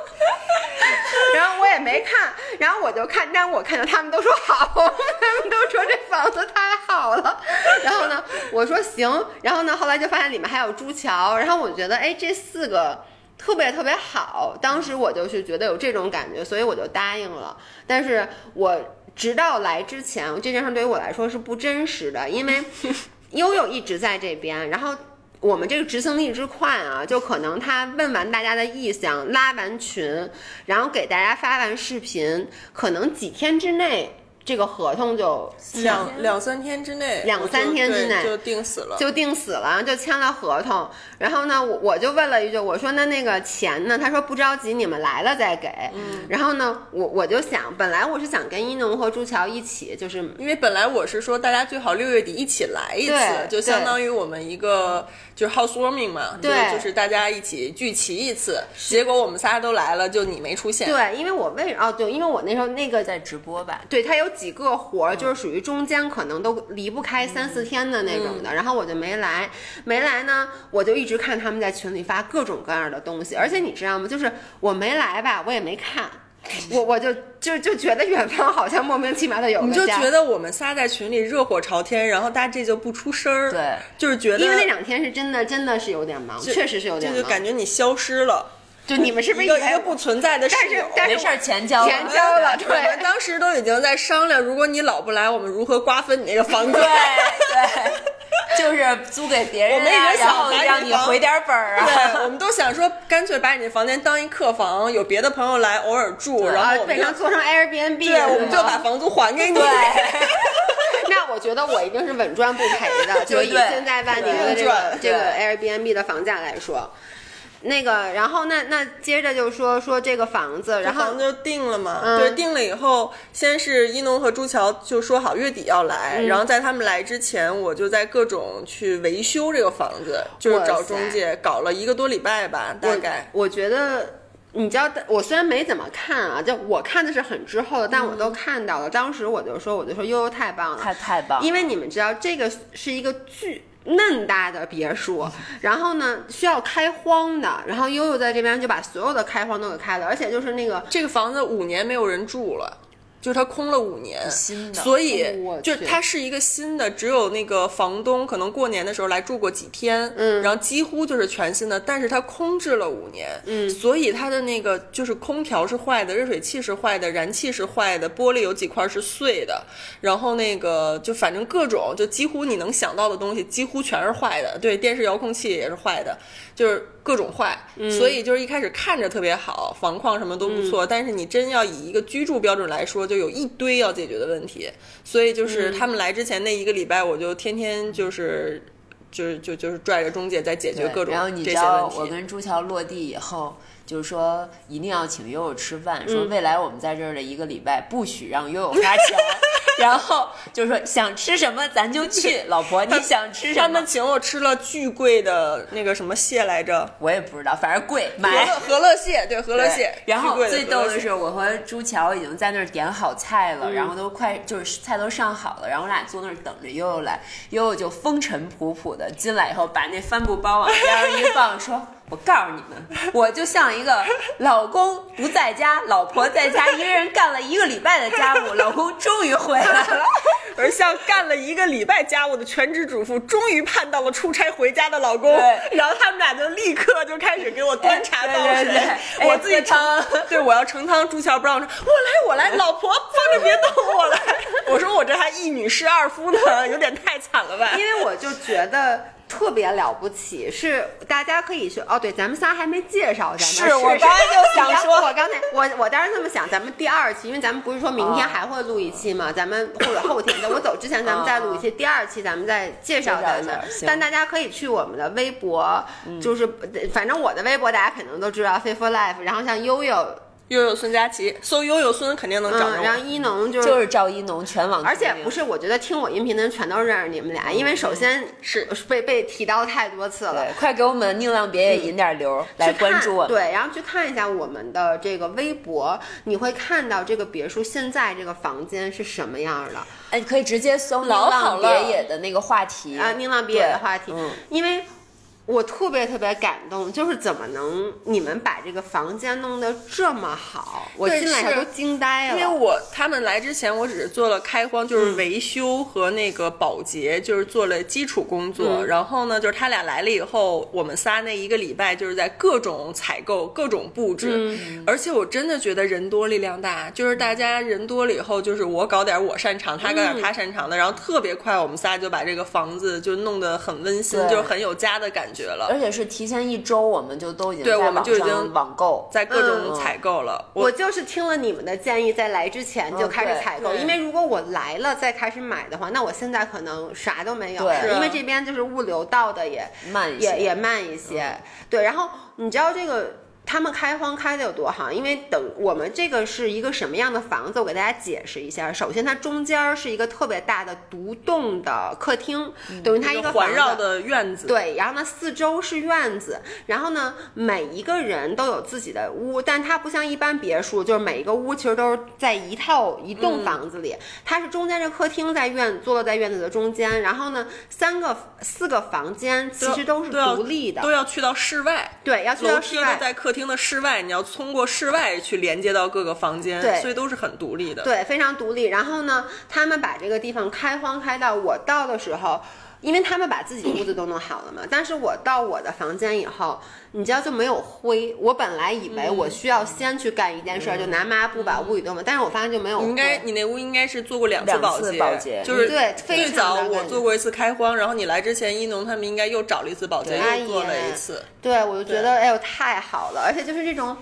[SPEAKER 1] 然后我也没看，然后我就看，但我看到他们都说好， <laughs> 他们都说这房子太好了。然后呢，我说行，然后呢，后来就发现里面还有朱桥，然后我觉得哎，这四个。特别特别好，当时我就是觉得有这种感觉，所以我就答应了。但是我直到来之前，这件事对于我来说是不真实的，因为 <laughs> 悠悠一直在这边，然后我们这个执行力之快啊，就可能他问完大家的意向，拉完群，然后给大家发完视频，可能几天之内这个合同就
[SPEAKER 3] 两两三天之内，
[SPEAKER 1] 两
[SPEAKER 3] 我就
[SPEAKER 1] 三天之内
[SPEAKER 3] 对就定死了。
[SPEAKER 1] 就定死了，就签了合同。然后呢，我我就问了一句，我说那那个钱呢？他说不着急，你们来了再给。然后呢，我我就想，本来我是想跟一农和朱桥一起，就是
[SPEAKER 3] 因为本来我是说，大家最好六月底一起来一次
[SPEAKER 1] 对，
[SPEAKER 3] 就相当于我们一个就是 housewarming 嘛，
[SPEAKER 1] 对
[SPEAKER 3] 就是就是大家一起聚齐一次。结果我们仨都来了，就你没出现。
[SPEAKER 1] 对，因为我为哦对，因为我那时候那个
[SPEAKER 2] 在直播吧，
[SPEAKER 1] 对他有几个活
[SPEAKER 3] 嗯
[SPEAKER 1] 儿，就是属于中间可能都离不开三四天的那
[SPEAKER 3] 嗯
[SPEAKER 1] 种的，然后我就没来，没来呢，我就一直看他们在群里发各种各样的东西，而且你知道吗？就是我没来吧，我也没看，我我就就就觉得远方好像莫名其妙的有个
[SPEAKER 3] 你就
[SPEAKER 1] 家
[SPEAKER 3] 觉得我们仨在群里热火朝天，然后大 G 就不出声儿，
[SPEAKER 2] 对，
[SPEAKER 3] 就是觉得
[SPEAKER 1] 因为那两天是真的真的是有点忙，确实是有点
[SPEAKER 3] 就
[SPEAKER 1] 忙，
[SPEAKER 3] 就感觉你消失了，
[SPEAKER 1] 就你们是不是
[SPEAKER 3] 一
[SPEAKER 1] 以
[SPEAKER 3] 个一个
[SPEAKER 1] 为
[SPEAKER 3] 不存在的室
[SPEAKER 1] 但是
[SPEAKER 3] 友。嗯
[SPEAKER 1] 但是
[SPEAKER 2] 没事儿，钱交了，
[SPEAKER 1] 钱
[SPEAKER 2] <laughs>
[SPEAKER 1] 交了
[SPEAKER 3] 我
[SPEAKER 1] 对
[SPEAKER 3] 们当
[SPEAKER 1] <laughs>
[SPEAKER 3] 时都已经在商量，如果你老不来，我们如何瓜分你那个房子
[SPEAKER 2] 对。对， <laughs> 就是租给别人、啊，
[SPEAKER 3] 我们已经想
[SPEAKER 2] 然后
[SPEAKER 3] 把你
[SPEAKER 2] 让你
[SPEAKER 3] 房
[SPEAKER 2] 回点本儿啊。
[SPEAKER 3] <laughs> 对，我们都想说，干脆把你的房间当一客房，有别的朋友来偶尔住，然
[SPEAKER 1] 啊
[SPEAKER 3] 后，我们
[SPEAKER 1] 变
[SPEAKER 3] 就
[SPEAKER 1] 成做成 Airbnb，
[SPEAKER 3] 对，我们
[SPEAKER 1] 是
[SPEAKER 3] 就
[SPEAKER 1] 吗
[SPEAKER 3] 把房租还
[SPEAKER 1] <laughs>
[SPEAKER 3] 给你。
[SPEAKER 2] 对，
[SPEAKER 1] 那我觉得我一定是稳赚不赔的，就以现在万宁的这个这
[SPEAKER 3] 对
[SPEAKER 1] 个 Airbnb 的房价来说，那个，然后那那接着就说说这个房子，然
[SPEAKER 3] 然后
[SPEAKER 1] 后
[SPEAKER 3] 就定了嘛，
[SPEAKER 1] 嗯
[SPEAKER 3] 对，定了以后，先是一农和朱桥就说好月底要来，
[SPEAKER 1] 嗯
[SPEAKER 3] 然后在他们来之前，我就在各种去维修这个房子，就是
[SPEAKER 1] 哇
[SPEAKER 3] 找
[SPEAKER 1] 塞
[SPEAKER 3] 中介，搞了一个多礼拜吧，大概。
[SPEAKER 1] 我我觉得。你知道，我虽然没怎么看啊，就我看的是很之后的，但我都看到了。当时我就说，我就说悠悠太棒了，
[SPEAKER 2] 太太棒了。
[SPEAKER 1] 因为你们知道这个是一个巨嫩大的别墅，然后呢需要开荒的，然后悠悠在这边就把所有的开荒都给开了，而且就是那个
[SPEAKER 3] 这个房子五年没有人住了。就是它空了五年，
[SPEAKER 2] 新的
[SPEAKER 3] 所以
[SPEAKER 1] 哦我
[SPEAKER 3] 就是
[SPEAKER 1] 去
[SPEAKER 3] 它是一个新的，只有那个房东可能过年的时候来住过几天，
[SPEAKER 1] 嗯
[SPEAKER 3] 然后几乎就是全新的，但是它空置了五年，
[SPEAKER 1] 嗯
[SPEAKER 3] 所以它的那个就是空调是坏的，热水器是坏的，燃气是坏的，玻璃有几块是碎的，然后那个就反正各种就几乎你能想到的东西几乎全是坏的，对，电视遥控器也是坏的，就是各种坏，
[SPEAKER 2] 嗯
[SPEAKER 3] 所以就是一开始看着特别好，房况什么都不错，但是你真要以一个居住标准来说，就有一堆要解决的问题。所以
[SPEAKER 2] 嗯
[SPEAKER 3] 就是他们来之前那一个礼拜，我就天天就是就是就就是拽着中介在解决
[SPEAKER 2] 对
[SPEAKER 3] 各种
[SPEAKER 2] 然后你
[SPEAKER 3] 这
[SPEAKER 2] 知
[SPEAKER 3] 些
[SPEAKER 2] 道
[SPEAKER 3] 问
[SPEAKER 2] 我
[SPEAKER 3] 题。
[SPEAKER 2] 跟朱桥落地以后，就是说一定要请悠悠吃饭，说
[SPEAKER 3] 嗯
[SPEAKER 2] 未来我们在这儿的一个礼拜不许让悠悠花
[SPEAKER 3] <laughs>
[SPEAKER 2] 钱，然后就是说想吃什么咱就去，老婆你想吃
[SPEAKER 3] 他
[SPEAKER 2] 什么
[SPEAKER 3] 们。请我吃了巨贵的那个什么蟹来着，
[SPEAKER 2] 我也不知道，反正
[SPEAKER 3] <laughs>
[SPEAKER 2] 贵，
[SPEAKER 3] 和
[SPEAKER 2] 买
[SPEAKER 3] 乐和乐蟹，对和乐蟹
[SPEAKER 2] 对，然
[SPEAKER 3] 巨
[SPEAKER 2] 后
[SPEAKER 3] 贵
[SPEAKER 2] 最
[SPEAKER 3] 和乐
[SPEAKER 2] 逗的
[SPEAKER 3] 蟹
[SPEAKER 2] 是，我和朱乔已经在那儿点好菜了，然后都快就是菜都上好了，然后我俩坐那儿等着悠悠来，悠悠就风尘仆仆的进来以后，把那帆布包往边上一放，说。我告诉你们，我就像一个老公不在家，老婆在家，一个人干了一个礼拜的家务，老公终于回来了。
[SPEAKER 3] <laughs> 而像干了一个礼拜家务的全职主妇，终于盼到了出差回家的老公，
[SPEAKER 2] 对
[SPEAKER 3] 然后他们俩就立刻就开始给我端茶倒水，
[SPEAKER 2] 哎对对对
[SPEAKER 3] 我
[SPEAKER 2] 哎
[SPEAKER 3] 自己
[SPEAKER 2] 喝汤
[SPEAKER 3] 盛对，我要盛汤，朱乔不让我盛，我来我来，老婆放着别动我来， <laughs> 我说我这还一女侍二夫呢，有点太惨了吧
[SPEAKER 1] 因。为我就觉得特别了不起，是大家可以去哦。对，咱们仨还没介绍咱们。
[SPEAKER 2] 是我刚才就想说
[SPEAKER 1] 我刚才我我当时这么想，咱们第二期，因为咱们不是说明
[SPEAKER 2] 哦
[SPEAKER 1] 天还会录一期嘛，咱们或者后天，在我走之前咱们再录一期。第二期咱们再介绍咱
[SPEAKER 2] 哦介
[SPEAKER 1] 们
[SPEAKER 2] 绍一下，行嗯
[SPEAKER 1] 但大家可以去我们的微博，就是反正我的微博大家肯定都知道 “Fit for Life”，然后像悠悠，
[SPEAKER 3] 悠悠孙佳琪，搜悠悠孙肯定能找着
[SPEAKER 1] 嗯，然后
[SPEAKER 3] 我。
[SPEAKER 1] 一农就是
[SPEAKER 2] 就是赵一农全网，
[SPEAKER 1] 而且不是，我觉得听我音频的人全都认识你们俩，因为首先是被被提到太多次了
[SPEAKER 2] 嗯对。，快给我们宁浪别野引点流、来
[SPEAKER 1] 去看
[SPEAKER 2] 关注我们。
[SPEAKER 1] 对，然后去看一下我们的这个微博，你会看到这个别墅现在这个房间是什么样的
[SPEAKER 2] 哎，你可以直接搜“宁
[SPEAKER 3] 老好
[SPEAKER 2] 浪
[SPEAKER 3] 了
[SPEAKER 2] 别野”的那个话题
[SPEAKER 1] 啊？宁浪毕业的
[SPEAKER 2] 对
[SPEAKER 1] 话题
[SPEAKER 2] 嗯，
[SPEAKER 1] 因为我特别特别感动，就是怎么能你们把这个房间弄得这么好，我
[SPEAKER 3] 对
[SPEAKER 1] 进来以后
[SPEAKER 3] 是
[SPEAKER 1] 都惊呆
[SPEAKER 3] 因为
[SPEAKER 1] 了。
[SPEAKER 3] 我他们来之前，我只是做了开荒，就是
[SPEAKER 1] 嗯
[SPEAKER 3] 维修和那个保洁，就是做了基础工作。
[SPEAKER 1] 嗯
[SPEAKER 3] 然后呢，就是他俩来了以后，我们仨那一个礼拜就是在各种采购、各种布置。
[SPEAKER 1] 嗯
[SPEAKER 3] 而且我真的觉得人多力量大，就是大家人多了以后，就是我搞点我擅长，他搞
[SPEAKER 1] 嗯
[SPEAKER 3] 点他擅长的，然后特别快，我们仨就把这个房子就弄得很温馨，
[SPEAKER 2] 对
[SPEAKER 3] 就是很有家的感觉了。
[SPEAKER 2] 而且是提前一周，我们就都已经
[SPEAKER 3] 对
[SPEAKER 2] 在
[SPEAKER 3] 我们就已
[SPEAKER 2] 网上
[SPEAKER 3] 经
[SPEAKER 2] 网购，
[SPEAKER 3] 在各种
[SPEAKER 2] 嗯
[SPEAKER 3] 采购了，
[SPEAKER 1] 我就是听了你们的建议，在来之前就开始
[SPEAKER 2] 嗯对
[SPEAKER 1] 采购，
[SPEAKER 3] 对
[SPEAKER 1] 因为如果我来了再开始买的话，那我现在可能啥都没有，
[SPEAKER 2] 对是嗯
[SPEAKER 3] 啊
[SPEAKER 1] 因为这边就是物流到的也
[SPEAKER 2] 慢一
[SPEAKER 1] 也
[SPEAKER 2] 些，
[SPEAKER 1] 也慢一些。对，然后你知道这个他们开荒开的有多好？因为等我们这个是一个什么样的房子，我给大家解释一下。首先，它中间儿是一个特别大的独栋的客厅，等于它一
[SPEAKER 3] 一
[SPEAKER 1] 个
[SPEAKER 3] 个环绕
[SPEAKER 1] 房子。
[SPEAKER 3] 的院子。
[SPEAKER 1] 对，然后呢，四周是院子，然后呢，每一个人都有自己的屋，但它不像一般别墅，就是每一个屋其实都是在一套一
[SPEAKER 3] 嗯
[SPEAKER 1] 栋房子里，它是中间这客厅在院坐落在院子的中间，然后呢，三个四个房间其
[SPEAKER 3] 都
[SPEAKER 1] 实都是
[SPEAKER 3] 要
[SPEAKER 1] 独立的
[SPEAKER 3] 都，要去到室外。
[SPEAKER 1] 对，要去
[SPEAKER 3] 楼
[SPEAKER 1] 到
[SPEAKER 3] 梯
[SPEAKER 1] 室
[SPEAKER 3] 都
[SPEAKER 1] 外。
[SPEAKER 3] 在客厅的室外，你要通过室外去连接到各个房间，
[SPEAKER 1] 对
[SPEAKER 3] 所以都是很独立的。
[SPEAKER 1] 对，非常独立。然后呢，他们把这个地方开荒开到我到的时候，因为他们把自己屋子都弄好了嘛。但是我到我的房间以后，你知道就没有灰。我本来以为我需要
[SPEAKER 3] 嗯
[SPEAKER 1] 先去干一件事儿，就拿抹布把屋里弄完，但是我发现就没有
[SPEAKER 3] 你
[SPEAKER 1] 灰。
[SPEAKER 3] 嗯应该，你那屋应该是做过两
[SPEAKER 2] 两
[SPEAKER 3] 保
[SPEAKER 2] 次
[SPEAKER 3] 洁，
[SPEAKER 2] 保洁
[SPEAKER 3] 就是
[SPEAKER 1] 对非
[SPEAKER 3] 最
[SPEAKER 1] 常
[SPEAKER 3] 早
[SPEAKER 1] 的
[SPEAKER 3] 我
[SPEAKER 1] 干净
[SPEAKER 3] 做过一次开荒，然后你来之前，一农他们应该又找了一次保洁，
[SPEAKER 1] 阿
[SPEAKER 3] 又
[SPEAKER 1] 姨啊
[SPEAKER 3] 做了一次。
[SPEAKER 1] 对，我就觉得哎呦太好了，而且就是这种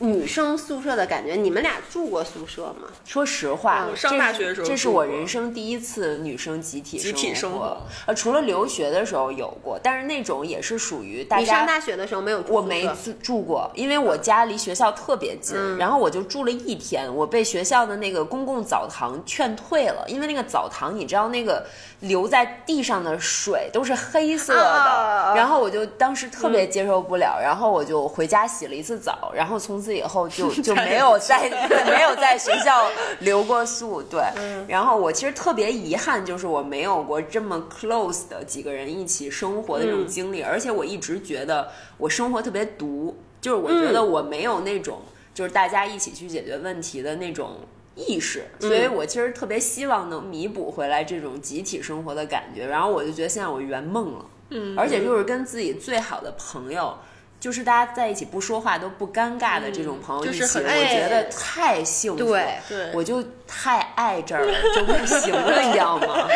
[SPEAKER 1] 女生宿舍的感觉。你们俩住过宿舍吗？
[SPEAKER 2] 说实话，
[SPEAKER 3] 嗯我上
[SPEAKER 2] 这
[SPEAKER 3] 大
[SPEAKER 2] 是
[SPEAKER 3] 学的时候
[SPEAKER 2] 这是
[SPEAKER 3] 住
[SPEAKER 2] 我
[SPEAKER 3] 过
[SPEAKER 2] 人生第一次女生集体
[SPEAKER 3] 集体生
[SPEAKER 2] 活
[SPEAKER 3] 活，
[SPEAKER 2] 呃，除了留学的时候有过，但是那种也是属于大
[SPEAKER 1] 你上
[SPEAKER 2] 家。
[SPEAKER 1] 大学的时候没有住宿舍？
[SPEAKER 2] 我没住住过，因为我家离学校特别近，
[SPEAKER 3] 嗯
[SPEAKER 2] 然后我就住了一天。我被学校的那个公共澡堂劝退了，因为那个澡堂你知道那个留在地上的水都是黑色的，
[SPEAKER 1] 啊啊啊啊嗯
[SPEAKER 2] 然后我就当时特别接受不了，然后我就回家洗了一次澡，然后从此以
[SPEAKER 1] <laughs>
[SPEAKER 2] 后就就没有在 <laughs> 没有在学校留过宿。对，
[SPEAKER 1] 嗯
[SPEAKER 2] 然后我其实特别遗憾，就是我没有过这么 close 的几个人一起生活的这
[SPEAKER 1] 嗯
[SPEAKER 2] 种经历，而且我一直觉得我生活特别独，就是我
[SPEAKER 1] 嗯
[SPEAKER 2] 觉得我没有那种就是大家一起去解决问题的那种。意识，
[SPEAKER 1] 嗯
[SPEAKER 2] 所以我其实特别希望能弥补回来这种集体生活的感觉，然后我就觉得现在我圆梦了。
[SPEAKER 3] 嗯
[SPEAKER 2] 而且就是跟自己最好的朋友，就是大家在一起不说话都不尴尬的这种朋友
[SPEAKER 3] 嗯就
[SPEAKER 2] 一
[SPEAKER 3] 是
[SPEAKER 2] 起，
[SPEAKER 3] 很
[SPEAKER 2] 我觉
[SPEAKER 1] 哎
[SPEAKER 2] 得太幸福了
[SPEAKER 1] 对。
[SPEAKER 3] 对
[SPEAKER 2] 我就太爱这儿了，就不行了，你知道 <laughs> 吗？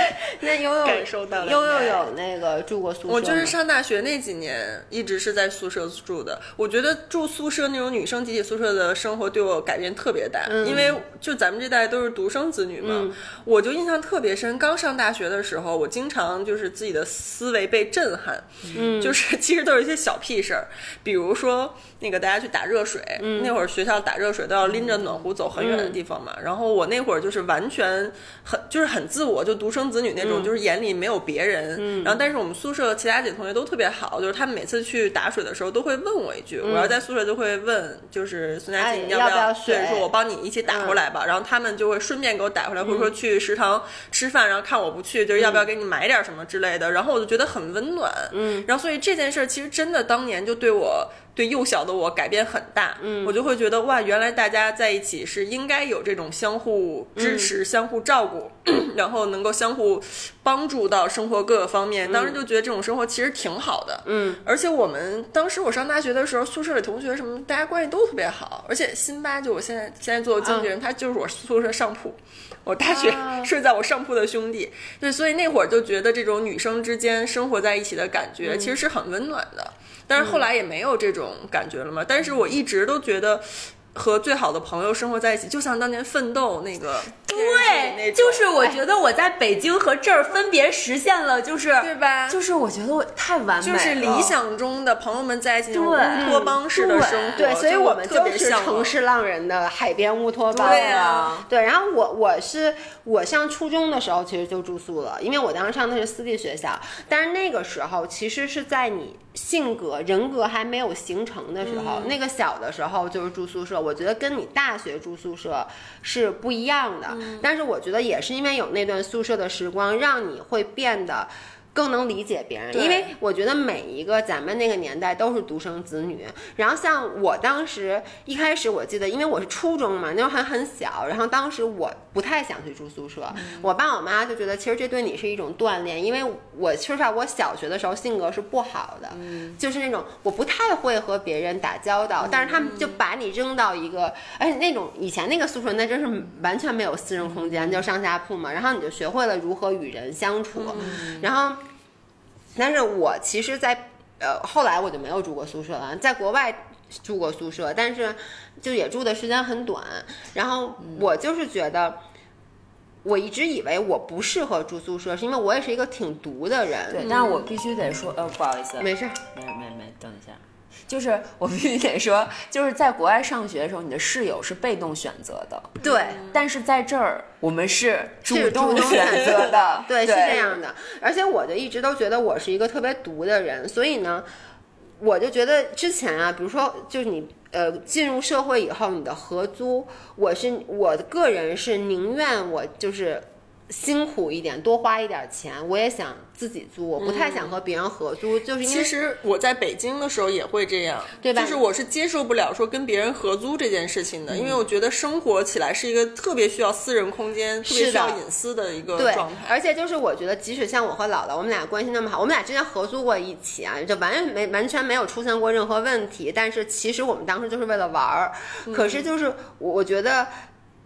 [SPEAKER 1] 那悠悠
[SPEAKER 3] 感受到了
[SPEAKER 1] 悠悠
[SPEAKER 3] 你
[SPEAKER 1] 有那个住过宿舍吗？
[SPEAKER 3] 我就是上大学那几年一直是在宿舍住的。我觉得住宿舍那种女生集体宿舍的生活对我改变特别大，因为就咱们这代都是独生子女嘛，我就印象特别深。刚上大学的时候，我经常就是自己的思维被震撼，就是其实都是一些小屁事儿，比如说那个大家去打热水，
[SPEAKER 1] 嗯
[SPEAKER 3] 那会儿学校打热水都要拎着暖壶走很远的地方嘛。然后我那会儿就是完全很就是很自我，就独生子女那
[SPEAKER 1] 嗯
[SPEAKER 3] 种，就是眼里没有别人。然后但是我们宿舍其他几个同学都特别好，就是他们每次去打水的时候都会问我一句，我要在宿舍就会问，就是孙佳
[SPEAKER 1] 嗯哎
[SPEAKER 3] 琪你
[SPEAKER 1] 要
[SPEAKER 3] 不
[SPEAKER 1] 不要水
[SPEAKER 3] 对，说我帮你一起打回来吧。然后他们就会顺便给我打回来，或者说去食堂吃饭，然后看我不去，就是要不要给你买点什么之类的。然后我就觉得很温暖，嗯。然后所以这件事儿其实真的当年就对我。对幼小的我改变很大，嗯，我就会觉得哇，原来大家在一起是应该有这种相互支持、相互照顾， <clears throat> 然后能够相互帮助到生活各个方面。当时就觉得这种生活其实挺好的，嗯。而且我们当时我上大学的时候，宿舍里同学什么，大家关系都特别好。而且辛巴就我现在现在做的经纪人，他就是我宿舍上铺，我大学 <laughs> 睡在我上铺的兄弟。对，所以那会儿就觉得这种女生之间生活在一起的感觉，其实是很温暖的。但是后来也没有这种感觉了嘛。但是我一直都觉得。和最好的朋友生活在一起，就像当年《奋斗》那个电视剧那
[SPEAKER 2] 对，
[SPEAKER 3] 种
[SPEAKER 2] 就是我觉得我在北京和这儿分别实现了，就是
[SPEAKER 3] 对吧
[SPEAKER 2] 就是我觉得我太完美
[SPEAKER 3] 就
[SPEAKER 2] 了，
[SPEAKER 3] 是理想中的朋友们在一起那种
[SPEAKER 2] 对
[SPEAKER 3] 乌托邦式的
[SPEAKER 2] 对
[SPEAKER 3] 生活，
[SPEAKER 1] 对，所以
[SPEAKER 3] 就
[SPEAKER 1] 我们
[SPEAKER 3] 特
[SPEAKER 1] 就
[SPEAKER 3] 别
[SPEAKER 1] 是
[SPEAKER 3] 向往
[SPEAKER 1] 城。市浪人的海边乌托邦。
[SPEAKER 3] 对
[SPEAKER 2] 啊
[SPEAKER 1] 对。然后我我是我上初中的时候其实就住宿了，因为我当时上的是私立学校，但是那个时候其实是在你性格人格还没有形成的时
[SPEAKER 3] 嗯
[SPEAKER 1] 候，那个小的时候就是住宿舍，我觉得跟你大学住宿舍是不一样的。
[SPEAKER 3] 嗯
[SPEAKER 1] 但是我觉得也是因为有那段宿舍的时光，让你会变得。更能理解别人，
[SPEAKER 3] 对
[SPEAKER 1] 因为我觉得每一个咱们那个年代都是独生子女。然后像我当时一开始，我记得，因为我是初中嘛，那时候还很小，然后当时我不太想去住宿舍，我爸我妈就觉得其实这对你是一种锻炼，因为我说实话，我小学的时候性格是不好的，就是那种我不太会和别人打交道，但是他们就把你扔到一个，而且那种以前那个宿舍那真是完全没有私人空间，就上下铺嘛，然后你就学会了如何与人相处，然后。但是我其实在，呃后来我就没有住过宿舍了，在国外住过宿舍，但是就也住的时间很短。然后我就是觉得，我一直以为我不适合住宿舍，是因为我也是一个挺独的人。
[SPEAKER 2] 对，
[SPEAKER 3] 嗯
[SPEAKER 2] 但是我必须得说，呃，不好意思，
[SPEAKER 1] 没事儿，
[SPEAKER 2] 没没没，等一下，就是我必须得说，就是在国外上学的时候，你的室友是被动选择的，
[SPEAKER 1] 对。
[SPEAKER 2] 但是在这儿我们是主
[SPEAKER 1] 是
[SPEAKER 2] 动
[SPEAKER 1] 主动选
[SPEAKER 2] 选
[SPEAKER 1] 择，
[SPEAKER 2] 择 <laughs> 的
[SPEAKER 1] 对，是这。样的。而且我就一直都觉得我是一个特别独的人，所以呢，我就觉得之前啊，比如说就是你呃进入社会以后，你的合租，我是我个人是宁愿我就是。辛苦一点，多花一点钱，我也想自己租，我不太想和别人合租，就是因
[SPEAKER 3] 其
[SPEAKER 1] 为
[SPEAKER 3] 实我在北京的时候也会这样，
[SPEAKER 1] 对吧
[SPEAKER 3] 就是我是接受不了说跟别人合租这件事情的，因为
[SPEAKER 1] 嗯
[SPEAKER 3] 我觉得生活起来是一个特别需要私人空间、特别
[SPEAKER 1] 是
[SPEAKER 3] 需
[SPEAKER 1] 的
[SPEAKER 3] 要隐私的一个
[SPEAKER 1] 对
[SPEAKER 3] 状，态。
[SPEAKER 1] 而且就是我觉得，即使像我和姥姥，我们俩关系那么好，我们俩之前合租过一起啊，就完全没完全没有出现过任何问题。但是其实我们当时就是为了玩儿，可
[SPEAKER 3] 嗯
[SPEAKER 1] 是就是我我觉得。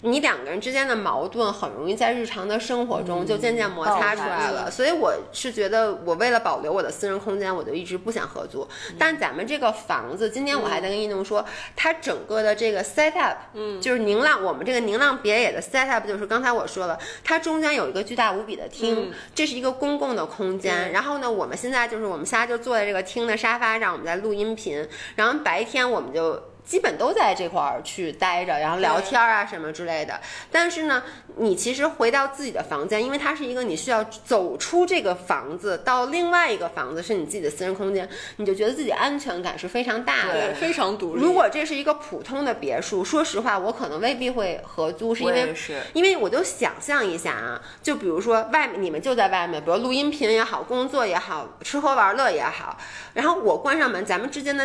[SPEAKER 1] 你两个人之间的矛盾很容易在日常的生活中就渐渐摩嗯擦出来
[SPEAKER 2] 爆
[SPEAKER 1] 了，
[SPEAKER 2] 发
[SPEAKER 1] 所以我是觉得，我为了保留我的私人空间，我就一直不想合租。但咱们这个房子，今天我还在跟一农说，它整个的这个 set up，嗯，就是宁浪，我们这个宁浪别野的 set up，就是刚才我说了，它中间有一个巨大无比的厅，这是一个公共的空间。然后呢，我们现在就是我们仨就坐在这个厅的沙发上，我们在录音频。然后白天我们就。基本都在这块儿去待着，然后聊天啊什么之类的。但是呢，你其实回到自己的房间，因为它是一个你需要走出这个房子到另外一个房子是你自己的私人空间，你就觉得自己安全感是非常大
[SPEAKER 3] 对，
[SPEAKER 1] 的。
[SPEAKER 3] 非常独立。
[SPEAKER 1] 如果这是一个普通的别墅，说实话，我可能未必会合租，是因
[SPEAKER 2] 我
[SPEAKER 1] 为
[SPEAKER 2] 也是
[SPEAKER 1] 因为我就想象一下啊，就比如说外面你们就在外面，比如录音频也好，工作也好，吃喝玩乐也好，然后我关上门，咱们之间的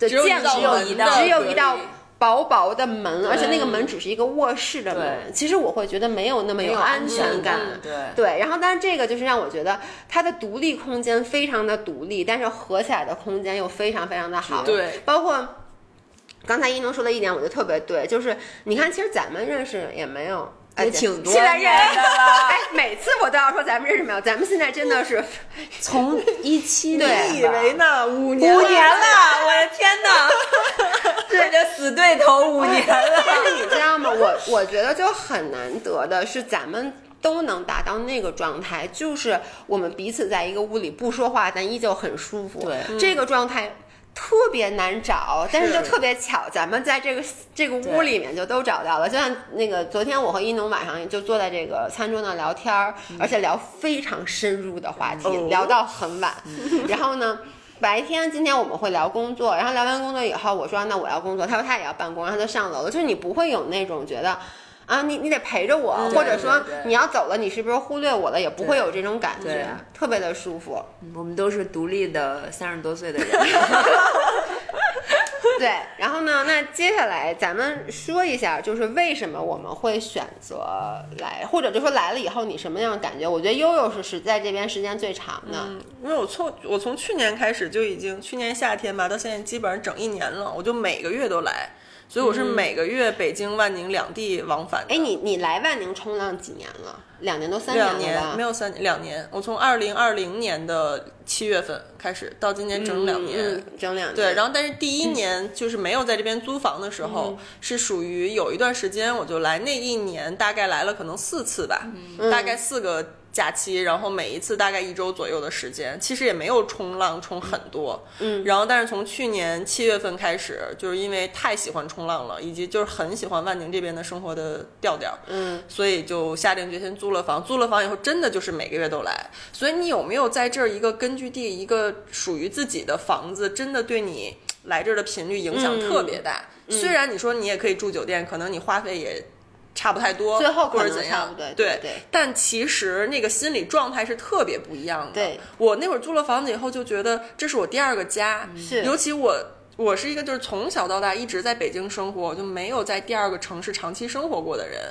[SPEAKER 1] 的
[SPEAKER 3] 只有一
[SPEAKER 1] 间
[SPEAKER 3] 道
[SPEAKER 1] 只
[SPEAKER 2] 门
[SPEAKER 1] 一
[SPEAKER 2] 的
[SPEAKER 1] 道，只有
[SPEAKER 3] 隔
[SPEAKER 1] 一道
[SPEAKER 3] 离
[SPEAKER 1] 薄薄的门，而且那个门只是一个卧室的门，
[SPEAKER 2] 对
[SPEAKER 1] 其实我会觉得没有那么
[SPEAKER 2] 没有
[SPEAKER 1] 安
[SPEAKER 2] 安
[SPEAKER 1] 全感
[SPEAKER 2] 全感。对
[SPEAKER 1] 对，然后但是这个就是让我觉得它的独立空间非常的独立，但是合起来的空间又非常非常的好。
[SPEAKER 3] 对，
[SPEAKER 1] 包括。刚才一农说的一点，我觉得特别对，就是你看，其实咱们认识也没有，哎
[SPEAKER 2] 也挺多
[SPEAKER 1] 现在认
[SPEAKER 2] 年的了
[SPEAKER 1] 哎，每次我都要说咱们认识没有，咱们现在真的是
[SPEAKER 2] 从一七
[SPEAKER 1] 对
[SPEAKER 2] 年
[SPEAKER 3] 你以为呢？五年，
[SPEAKER 2] 五年了，我的
[SPEAKER 1] <laughs>
[SPEAKER 2] 天哪！对着死对头五年了，
[SPEAKER 1] 但是你知道吗？我我觉得就很难得的是，咱们都能达到那个状态，就是我们彼此在一个屋里不说话，但依旧很舒服。
[SPEAKER 2] 对，
[SPEAKER 1] 这个状态。特别难找，但是就特别巧，咱们在这个这个屋里面就都找到了。就像那个昨天我和一农晚上就坐在这个餐桌那聊天儿，
[SPEAKER 2] 嗯
[SPEAKER 1] 而且聊非常深入的话题，
[SPEAKER 3] 哦
[SPEAKER 1] 聊到很晚。
[SPEAKER 2] 嗯
[SPEAKER 1] <laughs>
[SPEAKER 2] <laughs>
[SPEAKER 1] 然后呢，白天今天我们会聊工作，然后聊完工作以后，我说那我要工作，他说他也要办公，然后他就上楼了。就是你不会有那种觉得。啊，你你得陪着我，或者说
[SPEAKER 2] 嗯对对
[SPEAKER 1] 你要走了，你是不是忽略我了？也不会有这种感
[SPEAKER 2] 对
[SPEAKER 1] 觉，特别的舒服。
[SPEAKER 2] <laughs> 我们都是独立的三十多岁的人，
[SPEAKER 1] 对，然后呢，那接下来咱们说一下，就是为什么我们会选择来，或者就说来了以后你什么样的感觉？我觉得悠悠是是在这边时间最长的，
[SPEAKER 3] 因为我从我从去年开始就已经，去年夏天吧，到现在基本上整一年了，我就每个月都来，所以我是每个月北京、万宁两地往返的。
[SPEAKER 1] 嗯哎，你你来万宁冲浪几年了？两年都三
[SPEAKER 3] 两
[SPEAKER 1] 年了吧？
[SPEAKER 3] 年没有三年两年，我从二零二零年的七月份开始到今年整两年。
[SPEAKER 1] 嗯，整两年。
[SPEAKER 3] 对，然后但是第一年就是没有在这边租房的时候，是属于有一段时间我就来，那一年大概来了可能四次吧，大概四个假期，然后每一次大概一周左右的时间，其实也没有冲浪冲很多，嗯，然后但是从去年七月份开始，就是因为太喜欢冲浪了，以及就是很喜欢万宁这边的生活的调调，
[SPEAKER 1] 嗯，
[SPEAKER 3] 所以就下定决心租了房。租了房以后，真的就是每个月都来。所以你有没有在这儿一个根据地，一个属于自己的房子，真的对你来这儿的频率影响特别大？
[SPEAKER 1] 嗯
[SPEAKER 3] 虽然你说你也可以住酒店，可能你花费也。差不太多，
[SPEAKER 1] 最后可
[SPEAKER 3] 或
[SPEAKER 1] 能
[SPEAKER 3] 者怎
[SPEAKER 1] 差
[SPEAKER 3] 样
[SPEAKER 1] 不？多对
[SPEAKER 3] 对
[SPEAKER 1] 对
[SPEAKER 3] 但其实那个心理状态是特别不一样的。
[SPEAKER 1] 对，
[SPEAKER 3] 我那会儿租了房子以后，就觉得这是我第二个家，
[SPEAKER 1] 是
[SPEAKER 3] 尤其我我是一个就是从小到大一直在北京生活，我就没有在第二个城市长期生活过的人，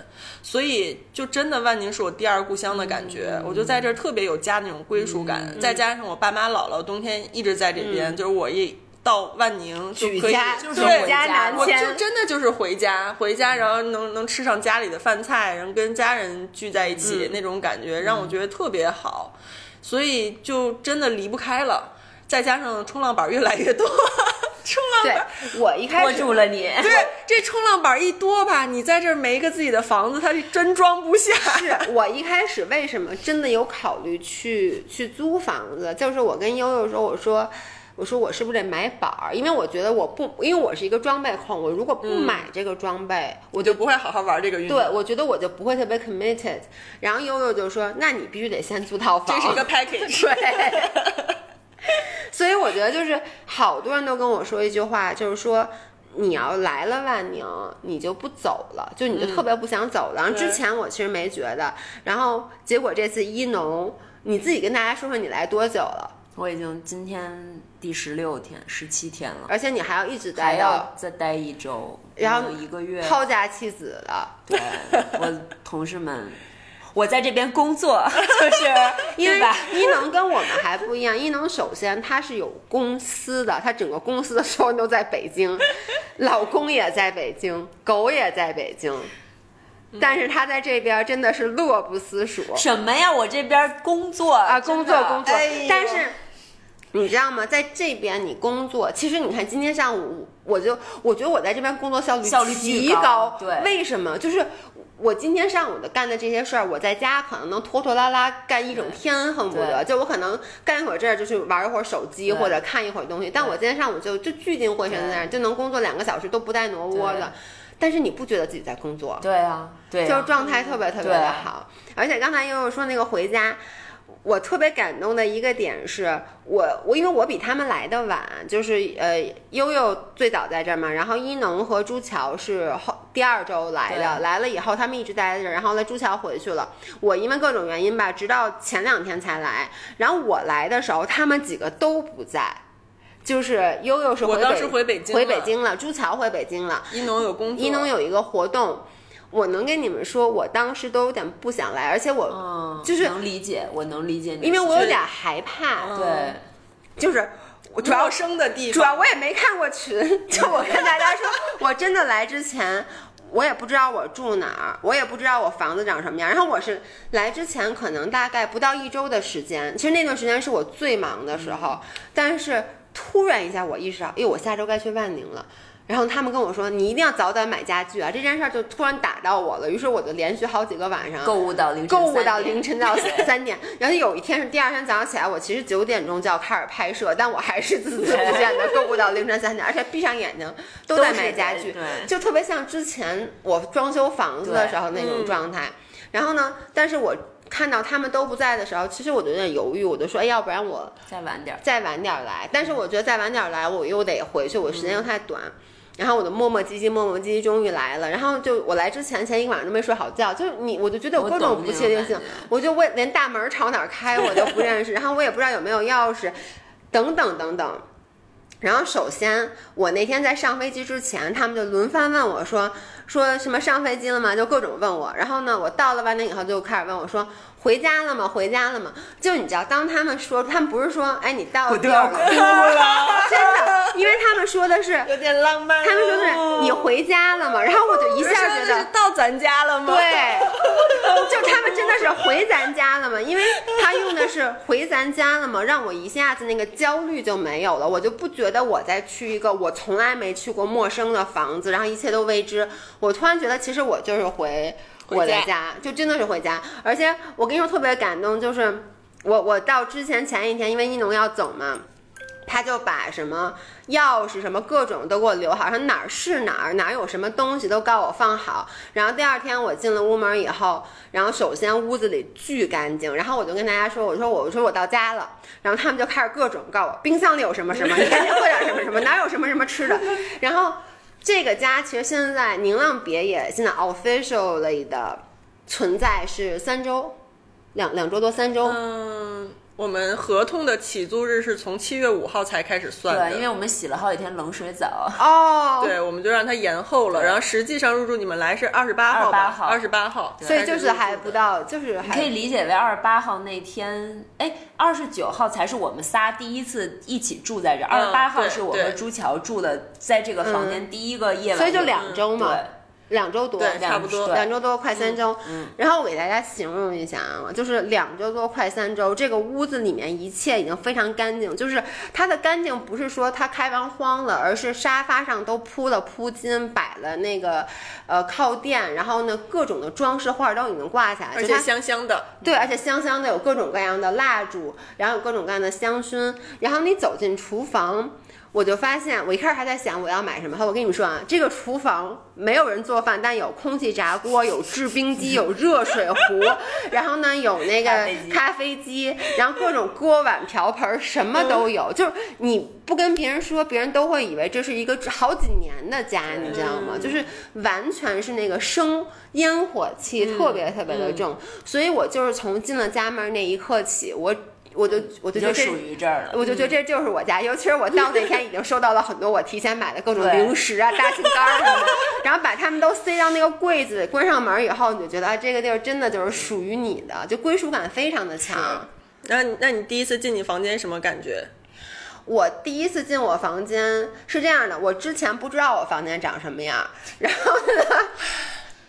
[SPEAKER 3] 所以就真的万宁是我第二故乡的感觉，我就在这儿特别有家那种归属感，再加上我爸妈姥姥冬天一直在这边，就是我一到万宁就
[SPEAKER 1] 举
[SPEAKER 3] 可以
[SPEAKER 1] 家
[SPEAKER 2] 就是
[SPEAKER 1] 举
[SPEAKER 3] 对
[SPEAKER 2] 回
[SPEAKER 1] 家
[SPEAKER 2] 家
[SPEAKER 1] 南
[SPEAKER 3] 我
[SPEAKER 1] 迁
[SPEAKER 3] 就，真的就是回家，回家然后能能吃上家里的饭菜，然后跟家人聚在一起、那种感觉，让我觉得特别好，所以就真的离不开了。再加上冲浪板越来越多， <laughs> 冲浪板
[SPEAKER 1] 对我一开
[SPEAKER 2] 拖
[SPEAKER 1] 始
[SPEAKER 2] 住了你。
[SPEAKER 3] 对这冲浪板一多吧，你在这儿没一个自己的房子，它是真装不下。
[SPEAKER 1] 是 <laughs> 我一开始为什么真的有考虑去去租房子，就是我跟悠悠说，我说。我说我是不是得买板儿？因为我觉得我不，因为我是一个装备控，我如果不
[SPEAKER 3] 嗯
[SPEAKER 1] 买这个装备，
[SPEAKER 3] 我就不会好好玩这个运动。
[SPEAKER 1] 对我觉得我就不会特别 committed。然后悠悠就说：“那你必须得先租套房。”
[SPEAKER 3] 这是一个 package。
[SPEAKER 1] <laughs> 对。所以我觉得就是好多人都跟我说一句话，就是说你要来了万宁，你就不走了，就你就特别不想走了。然
[SPEAKER 3] 嗯
[SPEAKER 1] 后之前我其实没觉得，然后结果这次一农，你自己跟大家说说你来多久了，
[SPEAKER 2] 我已经今天第十六天、十七天
[SPEAKER 3] 哦
[SPEAKER 2] 了，
[SPEAKER 1] 而且你还要一直
[SPEAKER 2] 还
[SPEAKER 1] 待
[SPEAKER 2] 要
[SPEAKER 1] 到
[SPEAKER 2] 再待一周，
[SPEAKER 1] 然后
[SPEAKER 2] 还有一个月。
[SPEAKER 1] 抛家弃子了，
[SPEAKER 2] 对，我同事们，我在这边工作， <laughs> 就是
[SPEAKER 1] 因为
[SPEAKER 2] 对吧？
[SPEAKER 1] 一农跟我们还不一样，一农首先他是有公司的，他整个公司的所有人都在北京，老公也在北京，狗也在北京，但是他在这边真的是乐不思蜀，
[SPEAKER 2] 什么呀？我这边工作
[SPEAKER 1] 啊，
[SPEAKER 2] 啊
[SPEAKER 1] 工作工作，但是
[SPEAKER 2] 哎呦。
[SPEAKER 1] 你知道吗？在这边你工作，其实你看今天上午，我就我觉得我在这边工作效率
[SPEAKER 2] 效率巨
[SPEAKER 1] 极
[SPEAKER 2] 高对
[SPEAKER 1] 为什么？就是我今天上午的干的这些事儿，我在家可能能拖拖拉拉干一整天，恨不得就我可能干一会儿这儿，就去玩一会儿手机
[SPEAKER 2] 对
[SPEAKER 1] 或者看一会儿东西。但我今天上午就就聚精会神在那儿，就能工作两个小时都不带挪窝
[SPEAKER 2] 对
[SPEAKER 1] 的。但是你不觉得自己在工作？
[SPEAKER 2] 对啊，对啊，
[SPEAKER 1] 就是状态特别特别
[SPEAKER 2] 对
[SPEAKER 1] 的好。而且刚才悠悠说那个回家，我特别感动的一个点是我我因为我比他们来的晚，就是呃悠悠最早在这儿嘛，然后一农和朱乔是后第二周来的，
[SPEAKER 2] 对
[SPEAKER 1] 来了以后他们一直待在这儿，然后呢朱乔回去了，我因为各种原因吧，直到前两天才来，然后我来的时候他们几个都不在。就是悠悠是
[SPEAKER 3] 我
[SPEAKER 1] 回
[SPEAKER 3] 当
[SPEAKER 1] 北
[SPEAKER 3] 时回北京
[SPEAKER 1] 回
[SPEAKER 3] 了
[SPEAKER 1] 北京了，朱乔回北京了，
[SPEAKER 3] 一农有工作，
[SPEAKER 1] 一农有一个活动，我能跟你们说，我当时都有点不想来，而且我、
[SPEAKER 2] 嗯，
[SPEAKER 1] 就是
[SPEAKER 2] 能理解，我能理解你，
[SPEAKER 1] 因为我有点害怕，
[SPEAKER 3] 嗯
[SPEAKER 2] 对，
[SPEAKER 1] 就是我主要
[SPEAKER 3] 陌生的地
[SPEAKER 1] 主
[SPEAKER 3] 方， <laughs>
[SPEAKER 1] 要我也没看过
[SPEAKER 2] <laughs>
[SPEAKER 1] 群，就我跟大家说，我真的来之前。我也不知道我住哪儿，我也不知道我房子长什么样。然后我是来之前可能大概不到一周的时间，其实那段时间是我最忙的时
[SPEAKER 2] 嗯
[SPEAKER 1] 候。但是突然一下，我意识到，哎，我下周该去万宁了。然后他们跟我说，你一定要早点买家具啊！这件事儿就突然打到我了。于是我就连续好几个晚上
[SPEAKER 2] 购物到凌晨
[SPEAKER 1] 购物
[SPEAKER 2] 三
[SPEAKER 1] 到
[SPEAKER 2] 点
[SPEAKER 1] 凌晨到 <laughs> 三点，然后有一天是第二天早上起来，我其实九点钟就要开始拍摄，但我还是孜孜不倦的购物到凌晨三点，而且闭上眼睛都在买家具
[SPEAKER 2] 都是在，对
[SPEAKER 1] 就特别像之前我装修房子的时候那
[SPEAKER 2] 嗯
[SPEAKER 1] 种状态。然后呢，但是我看到他们都不在的时候，其实我就有点犹豫，我就说，哎，要不然我
[SPEAKER 2] 再晚点儿，
[SPEAKER 1] 再晚点儿来，但是我觉得再晚点儿来，我又得回去，我时间又太短。然后我就磨磨唧唧，磨磨唧唧，终于来了。然后就我来之前前一个晚上都没睡好觉，就是你，我就觉得有
[SPEAKER 2] 我
[SPEAKER 1] 各
[SPEAKER 2] 懂
[SPEAKER 1] 种
[SPEAKER 2] 那
[SPEAKER 1] 不
[SPEAKER 2] 种
[SPEAKER 1] 确定
[SPEAKER 2] 感
[SPEAKER 1] 性
[SPEAKER 2] 觉，
[SPEAKER 1] 我就问连大门朝哪儿开我都不认识， <laughs> 然后我也不知道有没有钥匙，等等等等。然后首先，我那天在上飞机之前，他们就轮番问我说说什么上飞机了吗？就各种问我。然后呢，我到了万宁以后就开始问我说回家了吗？回家了吗？就你知道，当他们说，他们不是说哎你到了地儿了，
[SPEAKER 3] 啊
[SPEAKER 2] 了，
[SPEAKER 1] 真的，因为他们说的是
[SPEAKER 3] 有点浪漫哦。
[SPEAKER 1] 他们说的是你回家了吗？然后我就一
[SPEAKER 2] 一
[SPEAKER 1] 下觉得。
[SPEAKER 2] 到咱家了吗？
[SPEAKER 3] <laughs>
[SPEAKER 1] 对，就他们真的是回咱家了嘛？因为他用的是回咱家了嘛，让我一下子那个焦虑就没有了，我就不觉得我在去一个我从来没去过陌生的房子，然后一切都未知。我突然觉得，其实我就是回 <laughs>
[SPEAKER 3] 回
[SPEAKER 1] 我的
[SPEAKER 3] 家
[SPEAKER 1] 家，就真的是回家。而且我跟你说特别感动，就是我我到之前前一天，因为一农要走嘛。他就把什么钥匙、什么各种都给我留好，说哪儿是哪儿，哪儿有什么东西都告我放好。然后第二天我进了屋门以后，然后首先屋子里巨干净，然后我就跟大家说，我说我我说我到家了，然后他们就开始各种告我，冰箱里有什么什么，你赶紧做点什么什么，哪有什么什么吃的。然后这个家其实现在宁浪别野现在 officially 的存在是三周，两两周多三周，
[SPEAKER 3] 嗯，我们合同的起租日是从七月五号才开始算的，
[SPEAKER 2] 对，因为我们洗了好几天冷水澡，
[SPEAKER 1] 哦，
[SPEAKER 3] 对，我们就让它延后了。
[SPEAKER 2] 对
[SPEAKER 3] 然后实际上入住你们来是二十八号吧，二
[SPEAKER 2] 28
[SPEAKER 3] 十八号，
[SPEAKER 1] 所以就
[SPEAKER 3] 开始
[SPEAKER 1] 是
[SPEAKER 3] 入住
[SPEAKER 1] 还不到，就是
[SPEAKER 2] <laughs> 可
[SPEAKER 1] 还。
[SPEAKER 2] 以理解为二十八号那天，哎，二十九号才是我们仨第一次一起住在这，二十八
[SPEAKER 3] 嗯
[SPEAKER 2] 号
[SPEAKER 3] 对
[SPEAKER 2] 是我和
[SPEAKER 3] 对
[SPEAKER 2] 朱乔住的，在这个房间第一个夜晚，
[SPEAKER 1] 嗯所以就两周嘛，
[SPEAKER 2] 对
[SPEAKER 1] 两周多，
[SPEAKER 3] 嗯对，差不多嗯
[SPEAKER 2] 对。
[SPEAKER 1] 两周多快三周。然后我给大家形容一下啊，就是两周多快三周，这个屋子里面一切已经非常干净，就是它的干净不是说它开完荒了，而是沙发上都铺了铺巾，摆了那个呃靠垫，然后呢各种的装饰画都已经挂起来，
[SPEAKER 3] 而
[SPEAKER 1] 就
[SPEAKER 3] 且
[SPEAKER 1] 它
[SPEAKER 3] 香香的，
[SPEAKER 1] 对，而且香香的，有各种各样的蜡烛，然后有各种各样的香薰。然后你走进厨房，我就发现，我一开始还在想我要买什么。后来我跟你们说啊，这个厨房没有人做饭，但有空气炸锅，有制冰机，有热水壶，然后呢有那
[SPEAKER 2] 咖
[SPEAKER 1] 个
[SPEAKER 2] 啡机
[SPEAKER 1] 咖啡机，然后各种锅碗瓢盆儿什么都
[SPEAKER 2] 嗯
[SPEAKER 1] 有。就是你不跟别人说，别人都会以为这是一个好几年的家，你知道吗？就是完全是那个生烟火气
[SPEAKER 2] 嗯
[SPEAKER 1] 特别特别的重。所以我就是从进了家门那一刻起，我我就我就
[SPEAKER 2] 你
[SPEAKER 1] 觉得这
[SPEAKER 2] 就
[SPEAKER 1] 嗯
[SPEAKER 2] 属于这儿了。
[SPEAKER 1] 我就
[SPEAKER 3] 嗯
[SPEAKER 1] 觉得这就是我家，尤其是我到那天已经收到了很多我提前买的各种零食啊、大饼干儿什么的，然后把它们都塞到那个柜子，关上门以后，你就觉得啊，这个地儿真的就是属于你的，就归属感非常的强。
[SPEAKER 3] 那你那你第一次进你房间什么感觉？
[SPEAKER 1] 我第一次进我房间是这样的，我之前不知道我房间长什么样，然后
[SPEAKER 3] <laughs>
[SPEAKER 1] 呢，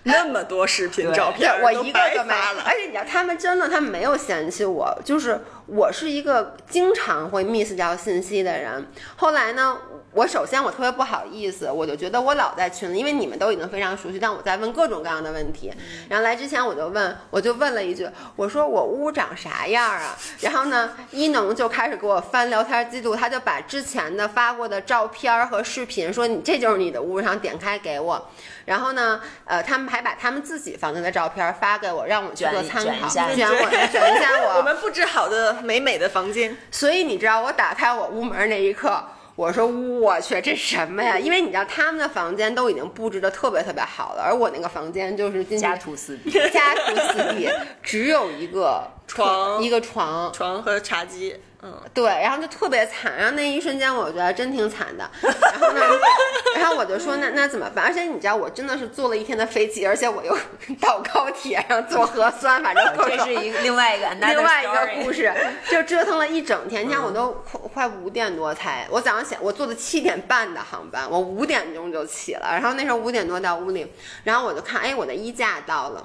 [SPEAKER 3] 那么多视频
[SPEAKER 2] 对
[SPEAKER 3] 照
[SPEAKER 1] 哎对
[SPEAKER 3] 片，
[SPEAKER 1] 我一个
[SPEAKER 3] 都
[SPEAKER 1] 都没
[SPEAKER 3] 白发了。
[SPEAKER 1] 而且你知道，他们真的，他们没有嫌弃我，就是我是一个经常会 miss 掉信息的人。后来呢，我首先我特别不好意思，我就觉得我老在群里，因为你们都已经非常熟悉，但我在问各种各样的问题。然后来之前我就问，我就问了一句，我说我屋长啥样啊？然后呢，一农就开始给我翻聊天记录，他就把之前的发过的照片儿和视频说你这就是你的屋，然后点开给我。然后呢，呃，他们还把他们自己房间的照片发给我，让我去做参
[SPEAKER 2] 卷一
[SPEAKER 1] 考，
[SPEAKER 2] 下
[SPEAKER 1] 卷我，卷一下
[SPEAKER 3] 我
[SPEAKER 1] 我。
[SPEAKER 3] 们布置好的美美的房间，
[SPEAKER 1] 所以你知道，我打开我屋门那一刻。我说我去，这什么呀？因为你知道他们的房间都已经布置的特别特别好了，而我那个房间就是进去
[SPEAKER 2] 家徒四
[SPEAKER 1] <laughs>
[SPEAKER 2] 壁，
[SPEAKER 1] 家徒四壁，只有一个
[SPEAKER 3] 床
[SPEAKER 1] 一个床，
[SPEAKER 3] 床和茶几，嗯，
[SPEAKER 1] 对，然后就特别惨，然后那一瞬间我觉得真挺惨的，然后呢，然后我就说那那怎么办？而且你知道我真的是坐了一天的飞机，而且我又 <laughs> 到高铁上做核酸，反正各
[SPEAKER 2] 哦这
[SPEAKER 1] 种
[SPEAKER 2] 是一个另外一个
[SPEAKER 1] <laughs> 另外一个故
[SPEAKER 2] 故事。
[SPEAKER 1] 事，就折腾了一整天。你看，我都快快五点多才，我早上起我坐的七点半的航班，我五点钟就起了，然后那时候五点多到屋里，然后我就看，哎，我的衣架到了。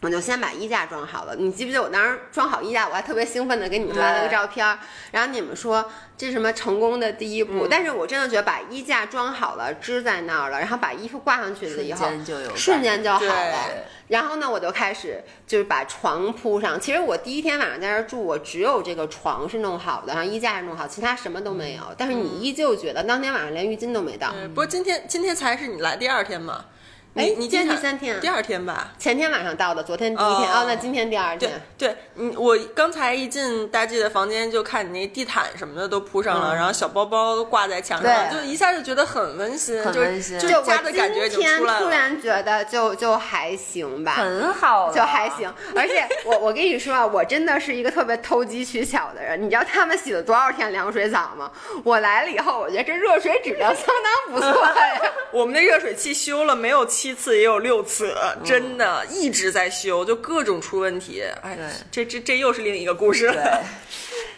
[SPEAKER 1] 我就先把衣架装好了。你记不记得我当时装好衣架，我还特别兴奋的给你们发了个
[SPEAKER 2] 对
[SPEAKER 1] 照片儿。然后你们说这是什么成功的第一
[SPEAKER 2] 嗯
[SPEAKER 1] 步，但是我真的觉得把衣架装好了，支在那儿了，然后把衣服挂上去了以后，
[SPEAKER 2] 瞬间就有感
[SPEAKER 1] 瞬间就好了
[SPEAKER 3] 对。
[SPEAKER 1] 然后呢，我就开始就是把床铺上。其实我第一天晚上在这儿住，我只有这个床是弄好的，然后衣架是弄好，其他什么都没有。
[SPEAKER 3] 嗯
[SPEAKER 1] 但是你依旧觉得当天晚上连浴巾都没到。
[SPEAKER 3] 对。呃不过今天今天才是你来第二天嘛，
[SPEAKER 1] 嗯哎
[SPEAKER 3] 你你
[SPEAKER 1] 今天
[SPEAKER 3] 进场
[SPEAKER 1] 第三天啊
[SPEAKER 3] 第二天吧？
[SPEAKER 1] 前天晚上到的，昨天第一天，
[SPEAKER 3] 哦
[SPEAKER 1] 哦，那今天第二
[SPEAKER 3] 对
[SPEAKER 1] 天。
[SPEAKER 3] 对，你我刚才一进大 G 的房间，就看你那地毯什么的都铺上了，然后小包包都挂在墙上，
[SPEAKER 1] 嗯对
[SPEAKER 3] 就一下就觉得很温馨，
[SPEAKER 2] 很
[SPEAKER 3] 就是
[SPEAKER 2] 温馨
[SPEAKER 3] 就是
[SPEAKER 1] 就
[SPEAKER 3] 家
[SPEAKER 1] 我
[SPEAKER 3] 的
[SPEAKER 1] 今
[SPEAKER 3] 感觉已经
[SPEAKER 1] 天
[SPEAKER 3] 出来
[SPEAKER 1] 突
[SPEAKER 3] 了。
[SPEAKER 1] 然觉得就就还行吧，
[SPEAKER 2] <laughs> 很好了，
[SPEAKER 1] 就还行。而且
[SPEAKER 3] <laughs>
[SPEAKER 1] 我我跟你说啊，我真的是一个特别投机取巧的人。你知道他们洗了多少天凉水澡吗？我来了以后，我觉得这热水质量相当不错呀。
[SPEAKER 3] 我们的热水器修了没有七次也有六次，
[SPEAKER 1] 嗯
[SPEAKER 3] 真的一直在修，就各种出问题。哎
[SPEAKER 2] 对，
[SPEAKER 3] 这这这又是另一个故事
[SPEAKER 2] 对，
[SPEAKER 3] 了。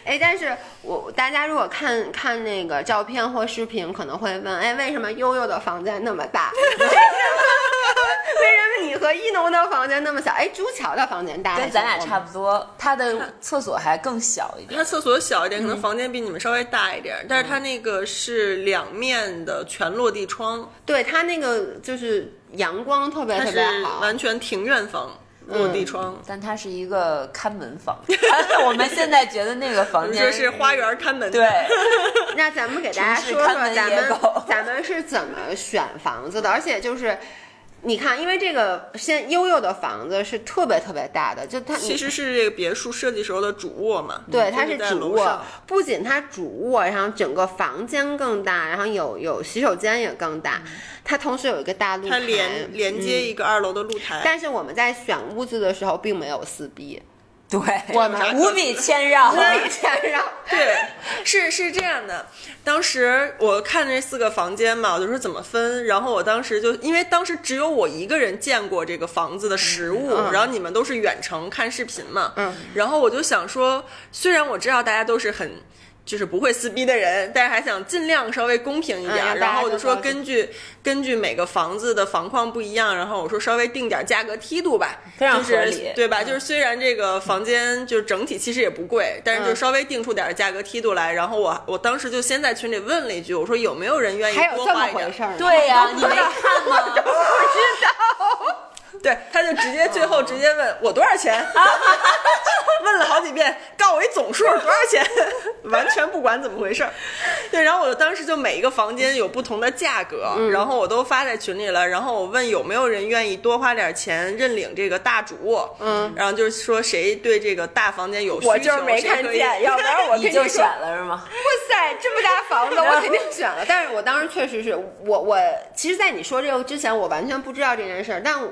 [SPEAKER 1] 哎，但是我大家如果看看那个照片或视频，可能会问，哎，为什么悠悠的房间那么大？ <laughs> 为什么？为什么你和一农的房间那么小？哎，朱桥的房间大，
[SPEAKER 2] 跟咱俩差不
[SPEAKER 1] <laughs>
[SPEAKER 2] 多。他的厕所还更小一点，
[SPEAKER 3] 他厕所小一点，可
[SPEAKER 1] 嗯
[SPEAKER 3] 能房间比你们稍微大一点，但是他那个是两面的全落地窗，
[SPEAKER 1] 对它那个就是阳光特别
[SPEAKER 3] 它
[SPEAKER 1] 特
[SPEAKER 3] 是
[SPEAKER 1] 别好，嗯
[SPEAKER 3] 完全庭院房落地窗，
[SPEAKER 2] 但它是一个看门房。 <laughs> 我们现在觉得那个
[SPEAKER 3] 我
[SPEAKER 2] 房
[SPEAKER 3] 们
[SPEAKER 2] 间
[SPEAKER 3] 说是花园看门。
[SPEAKER 2] 对，
[SPEAKER 1] 那咱们给大家
[SPEAKER 2] 城市
[SPEAKER 1] 说说
[SPEAKER 2] 看门
[SPEAKER 1] 咱
[SPEAKER 2] 野
[SPEAKER 1] 们
[SPEAKER 2] 狗
[SPEAKER 1] 咱们是怎么选房子的，而且就是。你看，因为这个现悠悠的房子是特别特别大的，就它
[SPEAKER 3] 其
[SPEAKER 1] 你
[SPEAKER 3] 实是这个别墅设计时候的主卧嘛，
[SPEAKER 1] 对，它
[SPEAKER 3] 它
[SPEAKER 1] 是
[SPEAKER 3] 嗯在
[SPEAKER 1] 主
[SPEAKER 3] 楼
[SPEAKER 1] 卧
[SPEAKER 3] 上，，
[SPEAKER 1] 不仅它主卧，然后整个房间更大，然后有有洗手间也更大，它同时有一个大露
[SPEAKER 3] 嗯它
[SPEAKER 1] 台，嗯
[SPEAKER 3] 连连接一个二楼的露台，
[SPEAKER 1] 但是我们在选屋子的时候并没有撕
[SPEAKER 3] <laughs>
[SPEAKER 1] 逼，
[SPEAKER 2] 对，
[SPEAKER 1] <laughs> 我们
[SPEAKER 2] 无比谦
[SPEAKER 1] <laughs>
[SPEAKER 2] 让啊
[SPEAKER 1] 所。以才让
[SPEAKER 3] <laughs> 对，是是这样的。当时我看这四个房间嘛，我就说怎么分。然后我当时就因为当时只有我一个人见过这个房子的实
[SPEAKER 1] 嗯
[SPEAKER 3] 物，然后你们都是远程看视频嘛，嗯，然后我就想说，虽然我知道大家都是很。就是不会撕逼的人，但是还想尽量稍微公平一
[SPEAKER 1] 嗯
[SPEAKER 3] 点。
[SPEAKER 1] 让大家
[SPEAKER 3] 然后我就说
[SPEAKER 1] 都了解
[SPEAKER 3] 根据根据每个房子的房况不一样，然后我说稍微定点价格梯度吧，
[SPEAKER 2] 非常
[SPEAKER 3] 就是
[SPEAKER 2] 合理嗯
[SPEAKER 3] 对吧？就是虽然这个房间就是整体其实也不贵，但是就稍微
[SPEAKER 2] 嗯
[SPEAKER 3] 定出点价格梯度来。然后我我当时就先在群里问了一句，我说有没有人愿意
[SPEAKER 1] 还有
[SPEAKER 3] 多
[SPEAKER 1] 这么
[SPEAKER 3] 花一
[SPEAKER 1] 回
[SPEAKER 3] 点？
[SPEAKER 1] 事儿，，
[SPEAKER 2] 对
[SPEAKER 1] <laughs>
[SPEAKER 2] 呀、你没看吗？
[SPEAKER 3] 对，他就直接最后直接问我多少钱， <laughs> <laughs> 问了好几遍，告我一总数多少钱，完全不管怎么回事儿。对，然后我当时就每一个房间有不同的价格，
[SPEAKER 1] 嗯
[SPEAKER 3] 然后我都发在群里了，然后我问有没有人愿意多花点钱认领这个大主卧，嗯，然后就是说谁对这个大房间有需求，
[SPEAKER 1] 我就是没
[SPEAKER 3] 谁
[SPEAKER 1] 看
[SPEAKER 3] 可以
[SPEAKER 1] 见，要不然我
[SPEAKER 2] 你
[SPEAKER 1] 跟
[SPEAKER 2] 就选
[SPEAKER 1] 说，
[SPEAKER 2] 了是吗？
[SPEAKER 1] 哇塞，这么大房 <laughs> 子，我肯定选了。但是我当时确实是我我，其实，在你说这个之前，我完全不知道这件事儿。但我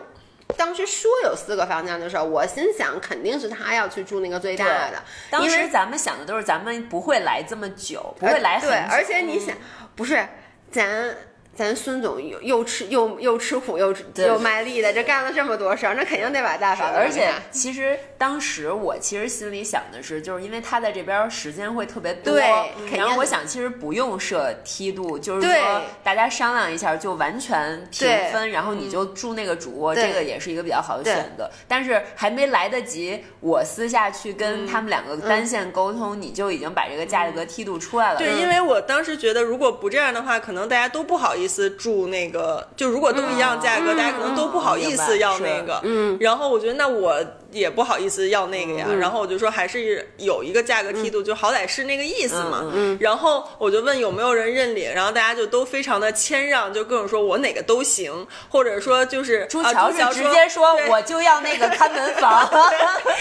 [SPEAKER 1] 当时说有四个房间的时候，我心想肯定是他要去住那个最大的，
[SPEAKER 2] 当
[SPEAKER 1] 因为呃
[SPEAKER 2] 时咱们想的都是咱们不会来这么久，不会来很
[SPEAKER 1] 对，
[SPEAKER 2] 久。
[SPEAKER 1] 而且你
[SPEAKER 3] 嗯
[SPEAKER 1] 想，不是咱。咱孙总又又吃又又吃苦又
[SPEAKER 2] 对
[SPEAKER 1] 又卖力的，这干了这么多事儿，那肯定得把大房子
[SPEAKER 2] 而
[SPEAKER 1] 给
[SPEAKER 2] 且
[SPEAKER 3] <laughs>
[SPEAKER 1] 他
[SPEAKER 2] 其实当时我其实心里想的是，就是因为他在这边时间会特别多，嗯
[SPEAKER 1] 对肯
[SPEAKER 2] 然
[SPEAKER 1] 定
[SPEAKER 2] 后
[SPEAKER 1] 的
[SPEAKER 2] 我想其实不用设梯度，就是
[SPEAKER 1] 对
[SPEAKER 2] 说大家商量一下就完全平
[SPEAKER 1] 对嗯
[SPEAKER 2] 分，然后你就住那个主卧，
[SPEAKER 1] 对
[SPEAKER 2] 这个也是一个比较好的选择。但是还没来得及我私下去
[SPEAKER 1] 嗯
[SPEAKER 2] 跟他们两个单线沟通，你就已经把这个价格梯度出来了。嗯
[SPEAKER 3] 对，因为我当时觉得，如果不这样的话，可能大家都不好意思住那个，就如果都一样价格，大家可能都不好意思要那个。嗯，然后我觉得那我也不好意思要那个呀，然后我就说还是有一个价格梯度，就好歹是那个意思嘛。嗯，然后我就问有没有人认领，然后大家就都非常的谦让，就各种说我哪个都行，或者说就是
[SPEAKER 2] 朱
[SPEAKER 3] 啊
[SPEAKER 2] 乔
[SPEAKER 3] 朱
[SPEAKER 2] 是
[SPEAKER 3] 乔
[SPEAKER 2] 直接说
[SPEAKER 3] 说对
[SPEAKER 2] 我就要那个看门房，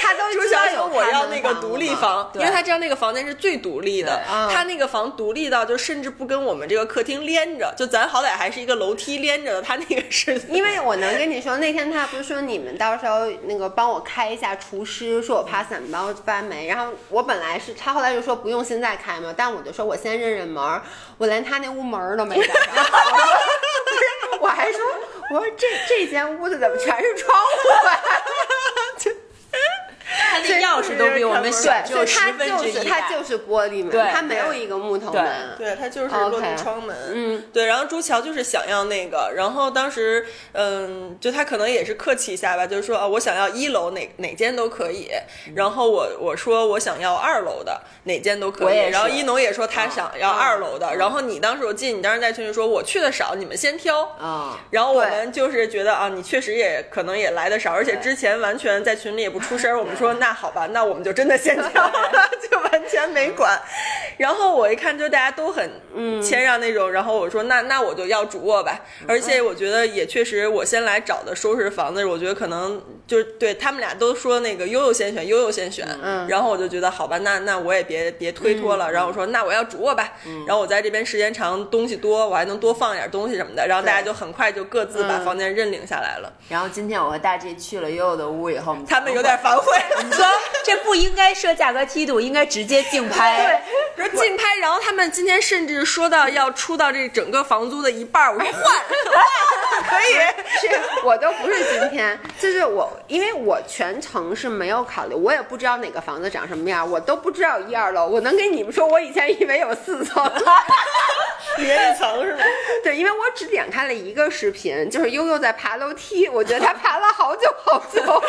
[SPEAKER 1] 他都
[SPEAKER 3] 朱
[SPEAKER 1] 知
[SPEAKER 3] 小
[SPEAKER 1] 道
[SPEAKER 3] 友
[SPEAKER 1] 有
[SPEAKER 3] 我
[SPEAKER 1] 看
[SPEAKER 3] 要
[SPEAKER 1] 门
[SPEAKER 3] 那个
[SPEAKER 1] 房
[SPEAKER 3] 独
[SPEAKER 1] 了
[SPEAKER 3] 立
[SPEAKER 1] 嘛
[SPEAKER 3] 房，因
[SPEAKER 2] 对
[SPEAKER 3] 为他知道那个房间是最独立的，
[SPEAKER 2] 对
[SPEAKER 1] 嗯
[SPEAKER 3] 他那个房独立到就甚至不跟我们这个客厅连着，就咱好歹还是一个楼梯连着的，他那个是。
[SPEAKER 1] 因为我能跟你说，那天他不是说你们到时候那个帮我开一下厨师，说我怕散包发霉，然后我本来是他后来就说不用现在开嘛，但我就说我先认认门儿，我连他那屋门儿都没找着，我说 <laughs> 不是我还说我说这这间屋子怎么全是窗户啊？
[SPEAKER 2] <laughs> 他那钥匙都比我们小，
[SPEAKER 1] 对，所
[SPEAKER 2] 只有
[SPEAKER 1] 以
[SPEAKER 2] 十
[SPEAKER 1] 他
[SPEAKER 2] 分之
[SPEAKER 1] 就
[SPEAKER 2] 一吧。
[SPEAKER 1] 是他就是玻璃门
[SPEAKER 2] 对，
[SPEAKER 1] 他没有一个木头
[SPEAKER 2] 对
[SPEAKER 1] 门。
[SPEAKER 3] <laughs> 对，它就是
[SPEAKER 1] OK
[SPEAKER 3] 落地窗门。
[SPEAKER 1] 嗯，
[SPEAKER 3] 对。然后朱乔就是想要那个，然后当时，嗯，就他可能也是客气一下吧，就是说啊，我想要一楼哪哪间都可以。
[SPEAKER 1] 嗯
[SPEAKER 3] 然后我我说我想要二楼的哪间都可
[SPEAKER 2] 我
[SPEAKER 3] 以
[SPEAKER 2] 也。是
[SPEAKER 3] 然后一农也说
[SPEAKER 1] 啊
[SPEAKER 3] 他想要二楼的。然后你当时我记得你当时在群里说我去的少，你们先挑。
[SPEAKER 2] 啊、
[SPEAKER 3] 然后我
[SPEAKER 1] 对
[SPEAKER 3] 们就是觉得啊，你确实也可能也来的少，而且之前完全在群里也不出声儿。我们说那好吧，那我们就真的先 <laughs> 挑了，就完全没管。然后我一看，就大家都很
[SPEAKER 1] 嗯
[SPEAKER 3] 谦让那种。然后我说那那我就要主卧吧。而且我觉得也确实，我先来找的收拾房子，我觉得可能就是对他们俩都说那个悠悠先选，悠悠先选。
[SPEAKER 1] 嗯
[SPEAKER 3] 然后我就觉得好吧，那那我也别别推脱了。然后我说那我要主卧吧。
[SPEAKER 1] 嗯
[SPEAKER 3] 然后我在这边时间长，东西多，我还能多放点东西什么的。然后大家
[SPEAKER 1] 对嗯
[SPEAKER 3] 就很快就各自把房间认领下来了。
[SPEAKER 2] 然后今天我和大 G 去了悠悠的屋以后，我
[SPEAKER 3] 他们有点反悔，
[SPEAKER 2] 说这不应该设价格梯度，应该直接竞拍。
[SPEAKER 3] 说竞拍，然后他们今天甚至说到要出到这整个房租的一半儿，我说换换可以。
[SPEAKER 1] 是我都不是今天，就是我，因为我全程是没有考虑，我也不知道哪个房子长什么样，我都不知道一二楼。我能跟你们说，我以前以为有四层， <laughs>
[SPEAKER 3] 里面一层是吗？
[SPEAKER 1] 对，因为我只点开了一个视频，就是悠悠在爬楼梯，我觉得他爬了好久好久。 <laughs>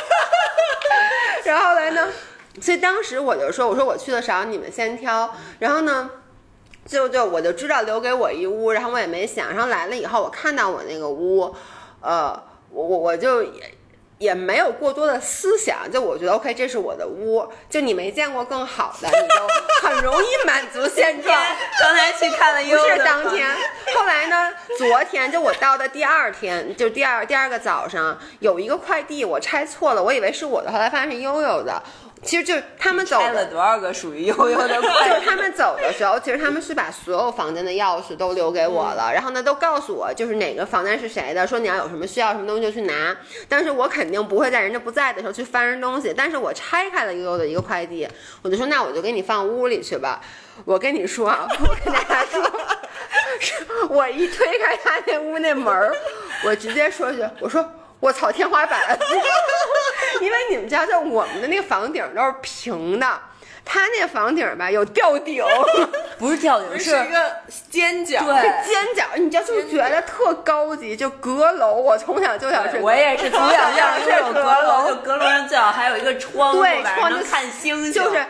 [SPEAKER 1] 然后来呢，所以当时我就说，我说我去的少，你们先挑。然后呢。就就我就知道留给我一屋，然后我也没想，然后来了以后，我看到我那个屋，呃，我我我就也也没有过多的思想，就我觉得 OK，这是我的屋，就你没见过更好的，你就很容易满足现状。
[SPEAKER 2] 刚才去看了悠
[SPEAKER 1] 不
[SPEAKER 2] 悠
[SPEAKER 1] 是
[SPEAKER 2] 的
[SPEAKER 1] 当
[SPEAKER 2] 房
[SPEAKER 1] 天，后来呢？昨天就我到的第二天，就第二第二个早上，有一个快递我拆错了，我以为是我的，后来发现是悠悠的。其实就是他们走的
[SPEAKER 2] 开了多少个属于悠悠的
[SPEAKER 1] 就
[SPEAKER 2] 快
[SPEAKER 1] 是他们走的时候，其实他们是把所有房间的钥匙都留给我了，然后呢，都告诉我就是哪个房间是谁的，说你要有什么需要什么东西就去拿。但是我肯定不会在人家不在的时候去翻人东西。但是我拆开了悠悠的一个快递，我就说那我就给你放屋里去吧。我跟你说啊，我跟大家说，是我一推开他那屋那门儿，我直接说一句，我说。我操天花板！ <laughs> 因为你们知道，就我们的那个房顶都是平的，他那房顶吧有吊顶，
[SPEAKER 2] 不是吊顶，
[SPEAKER 3] 是
[SPEAKER 2] 是
[SPEAKER 3] 一个尖角，
[SPEAKER 2] <laughs> 对
[SPEAKER 1] 尖角，你知道就觉得特高级，就阁楼。我从小就想睡，
[SPEAKER 2] 我也是从小要是有阁楼，就阁楼上最好还有一个窗户，
[SPEAKER 1] 对
[SPEAKER 2] 晚上
[SPEAKER 1] 窗
[SPEAKER 2] 能
[SPEAKER 1] 就
[SPEAKER 2] 看星星。
[SPEAKER 1] 就是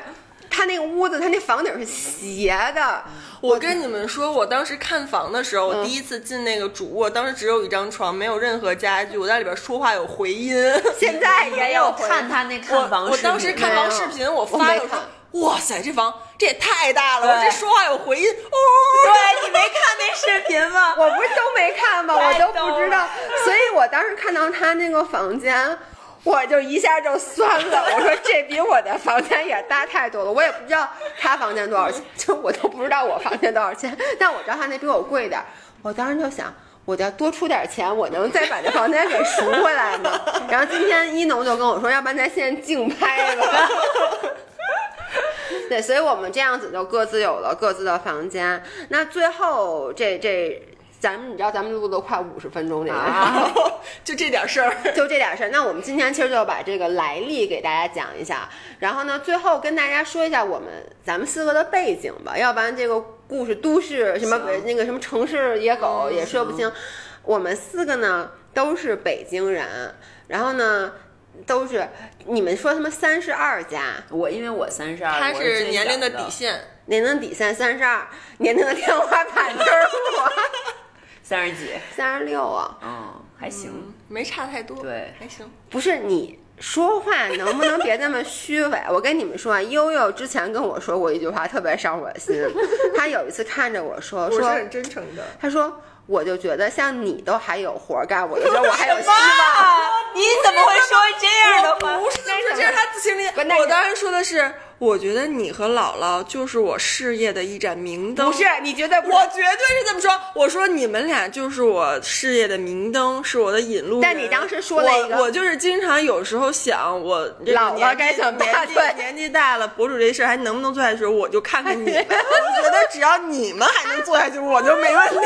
[SPEAKER 1] 他那个屋子，他那房顶是斜
[SPEAKER 2] 嗯
[SPEAKER 1] 的，
[SPEAKER 3] 我跟你们说，我当时看房的时候，我第一次进那个主卧，当时只有一张床，没有任何家具，我在里边说话有
[SPEAKER 2] <laughs>
[SPEAKER 3] 回音。
[SPEAKER 1] 现在
[SPEAKER 2] 没
[SPEAKER 1] 也
[SPEAKER 2] 有
[SPEAKER 1] 回
[SPEAKER 2] 看他那看
[SPEAKER 3] 我
[SPEAKER 2] 房
[SPEAKER 3] 我
[SPEAKER 2] 视
[SPEAKER 3] 当时
[SPEAKER 2] 频啊
[SPEAKER 3] 看
[SPEAKER 1] 没
[SPEAKER 3] 房
[SPEAKER 1] 有
[SPEAKER 3] 视频，我
[SPEAKER 1] 我
[SPEAKER 3] 发
[SPEAKER 1] 没
[SPEAKER 3] 了，我
[SPEAKER 1] 看
[SPEAKER 3] 说哇塞，这房这也太大了，我
[SPEAKER 2] 对
[SPEAKER 3] 这说话有回音，哦，
[SPEAKER 2] 对你没看那视频吗？
[SPEAKER 1] 我不是都没看吗？我
[SPEAKER 2] 太
[SPEAKER 1] 都
[SPEAKER 2] 逗
[SPEAKER 1] 不知道，所以我当时看到他那个房间。我就一下就酸了，我说这比我的房间也大太多了，我也不知道他房间多少钱，就我都不知道我房间多少钱，但我知道他那比我贵点儿。我当时就想，我要多出点钱，我能再把这房间给赎回来吗？然后今天一农就跟我说，要不然咱现在竞拍吧。对，所以我们这样子就各自有了各自的房间。那最后这这，咱们你知道咱们录了快五十分钟这个，
[SPEAKER 2] 啊
[SPEAKER 3] 然后 <laughs> 就这点事儿，
[SPEAKER 1] <laughs> 就这点事儿。那我们今天其实就把这个来历给大家讲一下，然后呢，最后跟大家说一下我们咱们四个的背景吧，要不然这个故事都市什么
[SPEAKER 2] 行
[SPEAKER 1] 那个什么城市野狗
[SPEAKER 2] 嗯
[SPEAKER 1] 也说不清。我们四个呢都是北京人，然后呢都是你们说他们三十二家，
[SPEAKER 2] <laughs> 我因为我三十二，
[SPEAKER 3] 他
[SPEAKER 2] 我
[SPEAKER 3] 是
[SPEAKER 2] 最
[SPEAKER 3] 年龄的
[SPEAKER 2] 小
[SPEAKER 3] 底
[SPEAKER 2] 的，
[SPEAKER 3] 线，
[SPEAKER 1] 年龄底线三十二，年龄的天花板就是
[SPEAKER 3] <laughs>
[SPEAKER 1] 我
[SPEAKER 2] 三十几，
[SPEAKER 1] 三十六啊！
[SPEAKER 2] 嗯，还行
[SPEAKER 3] 嗯，，没差太多，
[SPEAKER 2] 对
[SPEAKER 3] 还行。
[SPEAKER 1] 不是你说话能不能别那么虚伪？ <laughs> 我跟你们说啊，悠悠之前跟我说过一句话，特别伤我的
[SPEAKER 3] <laughs>
[SPEAKER 1] 心。他有一次看着我说
[SPEAKER 3] 我是
[SPEAKER 1] 说，
[SPEAKER 3] 很真诚的，
[SPEAKER 1] 他说我就觉得像你都还有活干，我就觉得我还有希望。
[SPEAKER 2] 啊，你怎么会说这样的话？
[SPEAKER 3] 不是，
[SPEAKER 1] 那
[SPEAKER 3] 这
[SPEAKER 1] 什
[SPEAKER 3] 是
[SPEAKER 1] 么
[SPEAKER 3] 他自行理解
[SPEAKER 1] 不那。
[SPEAKER 3] 我当时说的是，我觉得你和姥姥就是我事业的一盏明灯。
[SPEAKER 1] 不是，你绝对不是
[SPEAKER 3] 我绝对是这么说。我说你们俩就是我事业的明灯，是我的引路人。
[SPEAKER 1] 但你当时说了一个
[SPEAKER 3] 我，我就是经常有时候想，我这个
[SPEAKER 1] 老了
[SPEAKER 3] 年纪
[SPEAKER 1] 该怎么办
[SPEAKER 3] 年纪
[SPEAKER 1] 对
[SPEAKER 3] 年纪大了，博主这事儿还能不能做下去？我就看看你
[SPEAKER 1] <laughs>
[SPEAKER 3] 们。我觉得只要你们还能做下去，我就没问题。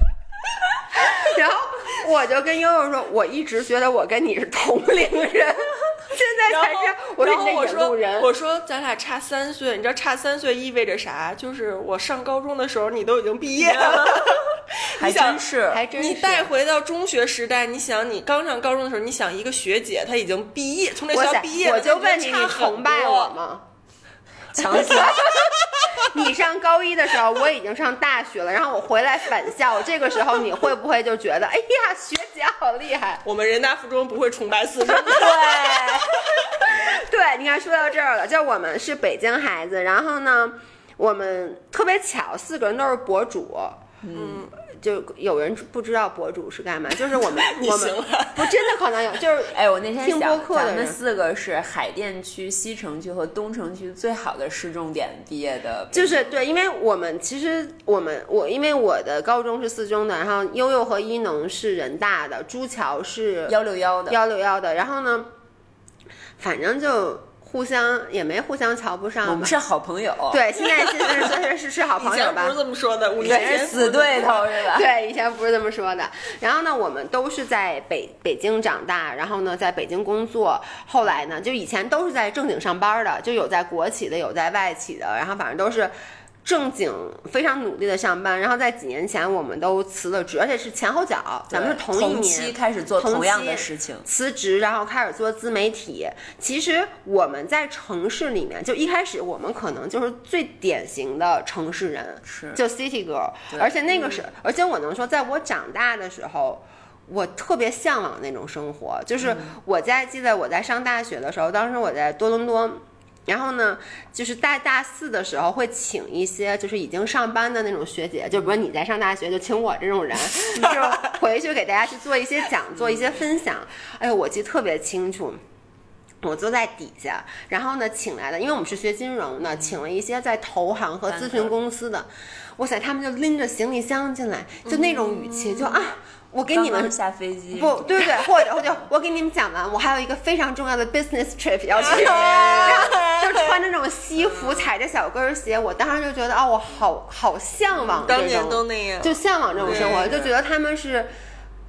[SPEAKER 1] <laughs> 然后我就跟悠悠说，我一直觉得我跟你是同龄
[SPEAKER 3] <laughs>
[SPEAKER 1] 人，现在
[SPEAKER 3] 然后
[SPEAKER 1] <laughs> 才知道我是
[SPEAKER 3] 然后
[SPEAKER 1] 你的引路
[SPEAKER 3] 我说
[SPEAKER 1] 人。
[SPEAKER 3] 我说咱俩差三岁，你知道差三岁意味着啥？就是我上高中的时候，你都已经毕业
[SPEAKER 1] <laughs>
[SPEAKER 3] 了。
[SPEAKER 2] 还真是，
[SPEAKER 1] 还真是
[SPEAKER 3] 你带回到中学时代，你想你刚上高中的时候，你想一个学姐她已经毕业，从这学
[SPEAKER 1] 哇
[SPEAKER 3] 校
[SPEAKER 1] 塞
[SPEAKER 3] 毕业了，
[SPEAKER 1] 我就问你，你
[SPEAKER 3] 那就差很
[SPEAKER 1] 崇拜我
[SPEAKER 3] 多？
[SPEAKER 1] 吗？
[SPEAKER 2] 强行，
[SPEAKER 1] 你上高一的时候，我已经上大学了，然后我回来返校，这个时候你会不会就觉得，哎呀，学姐好厉害？
[SPEAKER 3] 我们人大附中不会崇拜四中，
[SPEAKER 2] 对。
[SPEAKER 1] 对，你看说到这儿了，就我们是北京孩子，然后呢，我们特别巧，四个人都是博主，嗯。就有人不知道博主是干嘛，就是我们
[SPEAKER 3] <laughs> 你
[SPEAKER 1] 我
[SPEAKER 3] 行
[SPEAKER 1] 们
[SPEAKER 3] 了
[SPEAKER 1] 不真的可能有，就是
[SPEAKER 2] 哎，我那天
[SPEAKER 1] 听播
[SPEAKER 2] 想，
[SPEAKER 1] 客的
[SPEAKER 2] 咱们
[SPEAKER 1] 人
[SPEAKER 2] 四个是海淀区、西城区和东城区最好的市重点毕业的，
[SPEAKER 1] 就是对，因为我们其实我们我因为我的高中是四中的，然后悠悠和一农是人大的，朱桥是
[SPEAKER 2] 幺六幺的。
[SPEAKER 1] 幺六幺的，然后呢，反正就互相也没互相瞧不
[SPEAKER 2] 我
[SPEAKER 1] 上
[SPEAKER 2] 们
[SPEAKER 1] 吧。
[SPEAKER 2] 是好朋友，，
[SPEAKER 1] 对，现在现在虽然是是好 <laughs>
[SPEAKER 3] 以
[SPEAKER 1] 朋友
[SPEAKER 3] 前
[SPEAKER 1] 吧
[SPEAKER 3] 不是，这么说的，五年前
[SPEAKER 2] 死对头是吧？
[SPEAKER 1] 对，以前不是这么说的。然后呢，我们都是在北北京长大，然后呢，在北京工作。后来呢，就以前都是在正经上班的，就有在国企的，有在外企的，然后反正都是。正经非常努力的上班，然后在几年前我们都辞了职，而且是前后脚，咱们是
[SPEAKER 2] 同
[SPEAKER 1] 一年
[SPEAKER 2] 期开始做
[SPEAKER 1] 同
[SPEAKER 2] 同样
[SPEAKER 1] 期
[SPEAKER 2] 的事情，
[SPEAKER 1] 辞职，然后开始做自媒体。其实我们在城市里面，就一开始我们可能就是最典型的城市人，
[SPEAKER 2] 是
[SPEAKER 1] 就 city girl。而且那个是，而且我能说，在我长大的时候。我特别向往那种生活，就是我在记得我在上大学的时候，当时我在多伦多，然后呢，就是在大四的时候会请一些就是已经上班的那种学姐，就比如你在上大学，就请我这种人，就回去给大家去做一些讲座、一些分享。哎呦，我记得特别清楚。我坐在底下，然后呢，请来的，因为我们是学金融的，请了一些在投行和咨询公司的，哇塞，他们就拎着行李箱进来，就那种语气，就啊，我给你
[SPEAKER 2] 刚
[SPEAKER 1] 们
[SPEAKER 2] 刚下飞机，
[SPEAKER 1] 不对对，或者或者我给你们讲完，我还有一个非常重要的 business trip 要
[SPEAKER 3] <laughs>
[SPEAKER 1] 去，
[SPEAKER 3] 哎
[SPEAKER 1] 然后就穿着那种西服，踩着小跟儿鞋，我当时就觉得啊，我好好向往
[SPEAKER 3] 当
[SPEAKER 1] 这
[SPEAKER 3] 年都
[SPEAKER 1] 种，
[SPEAKER 3] 那样，
[SPEAKER 1] 就向往这种生活，
[SPEAKER 2] 对
[SPEAKER 1] 就觉得他们是。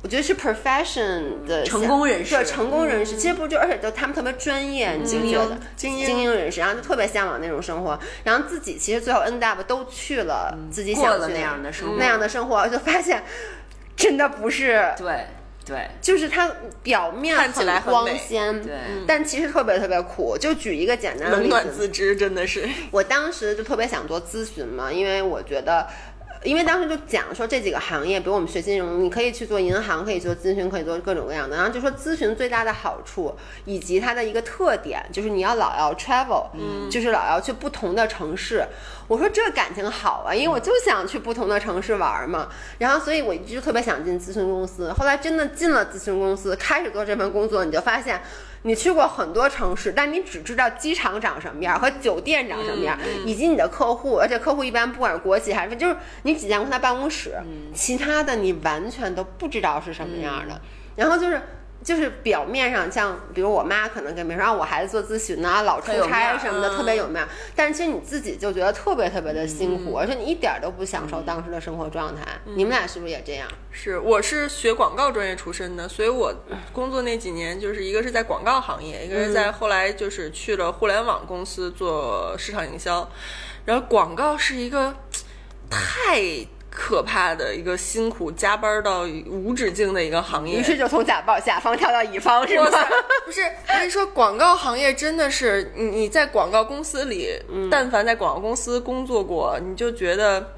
[SPEAKER 1] 我觉得是 profession 的
[SPEAKER 2] 成功人士
[SPEAKER 1] 对成功人士，其实不就而且就他们特别专业，你就
[SPEAKER 3] 嗯精英
[SPEAKER 1] 觉得
[SPEAKER 3] 精英
[SPEAKER 1] 精英人士，然后就特别向往那种生活，然后自己其实最后 end up 都去了
[SPEAKER 3] 嗯
[SPEAKER 1] 自己想
[SPEAKER 2] 过了
[SPEAKER 1] 去嗯
[SPEAKER 2] 那样的生活
[SPEAKER 1] 那样的生活，就发现真的不是
[SPEAKER 2] 对对
[SPEAKER 1] 就是它表面
[SPEAKER 3] 看起来很
[SPEAKER 1] 光
[SPEAKER 3] 美
[SPEAKER 1] 鲜，
[SPEAKER 2] 对
[SPEAKER 1] 但其实特别特别苦。就举一个简单的
[SPEAKER 3] 冷
[SPEAKER 1] 例
[SPEAKER 3] 暖
[SPEAKER 1] 子，
[SPEAKER 3] 自知，真的是。
[SPEAKER 1] 我当时就特别想做咨询嘛，因为我觉得。呃因为当时就讲说这几个行业，比如我们学金融，你可以去做银行，可以做咨询，可以做各种各样的。然后就说咨询最大的好处以及它的一个特点，就是你要老要 travel，嗯，就是老要去不同的城市。我说这感情好啊，因为我就想去不同的城市玩嘛。然后所以我一直特别想进咨询公司。后来真的进了咨询公司，开始做这份工作，你就发现。你去过很多城市，但你只知道机场长什么样和酒店长什么样，以及你的客户，而且客户一般不管是国企还是就是你只见过他办公室，其他的你完全都不知道是什么样的。然后就是就是表面上像比如我妈可能跟别人说啊我孩子做咨询呐、老出
[SPEAKER 2] 特有面
[SPEAKER 1] 差
[SPEAKER 2] 儿
[SPEAKER 1] 什么的特别有面儿，但是其实你自己就觉得特别特别的辛苦，而且你一点儿都不享受当时的生活状态。你们俩是不是也这样？
[SPEAKER 3] 是，我是学广告专业出身的，所以我工作那几年，就是一个是在广告行业，一个是在后来就是去了互联网公司做市场营销，然后广告是一个太可怕的一个辛苦加班到无止境的一个行业，
[SPEAKER 1] 于是就从甲方甲方跳到乙方，是吗
[SPEAKER 3] 哇？塞， <laughs> 不是，我跟你说，广告行业真的是，你你在广告公司里，但凡在广告公司工作过，你就觉得。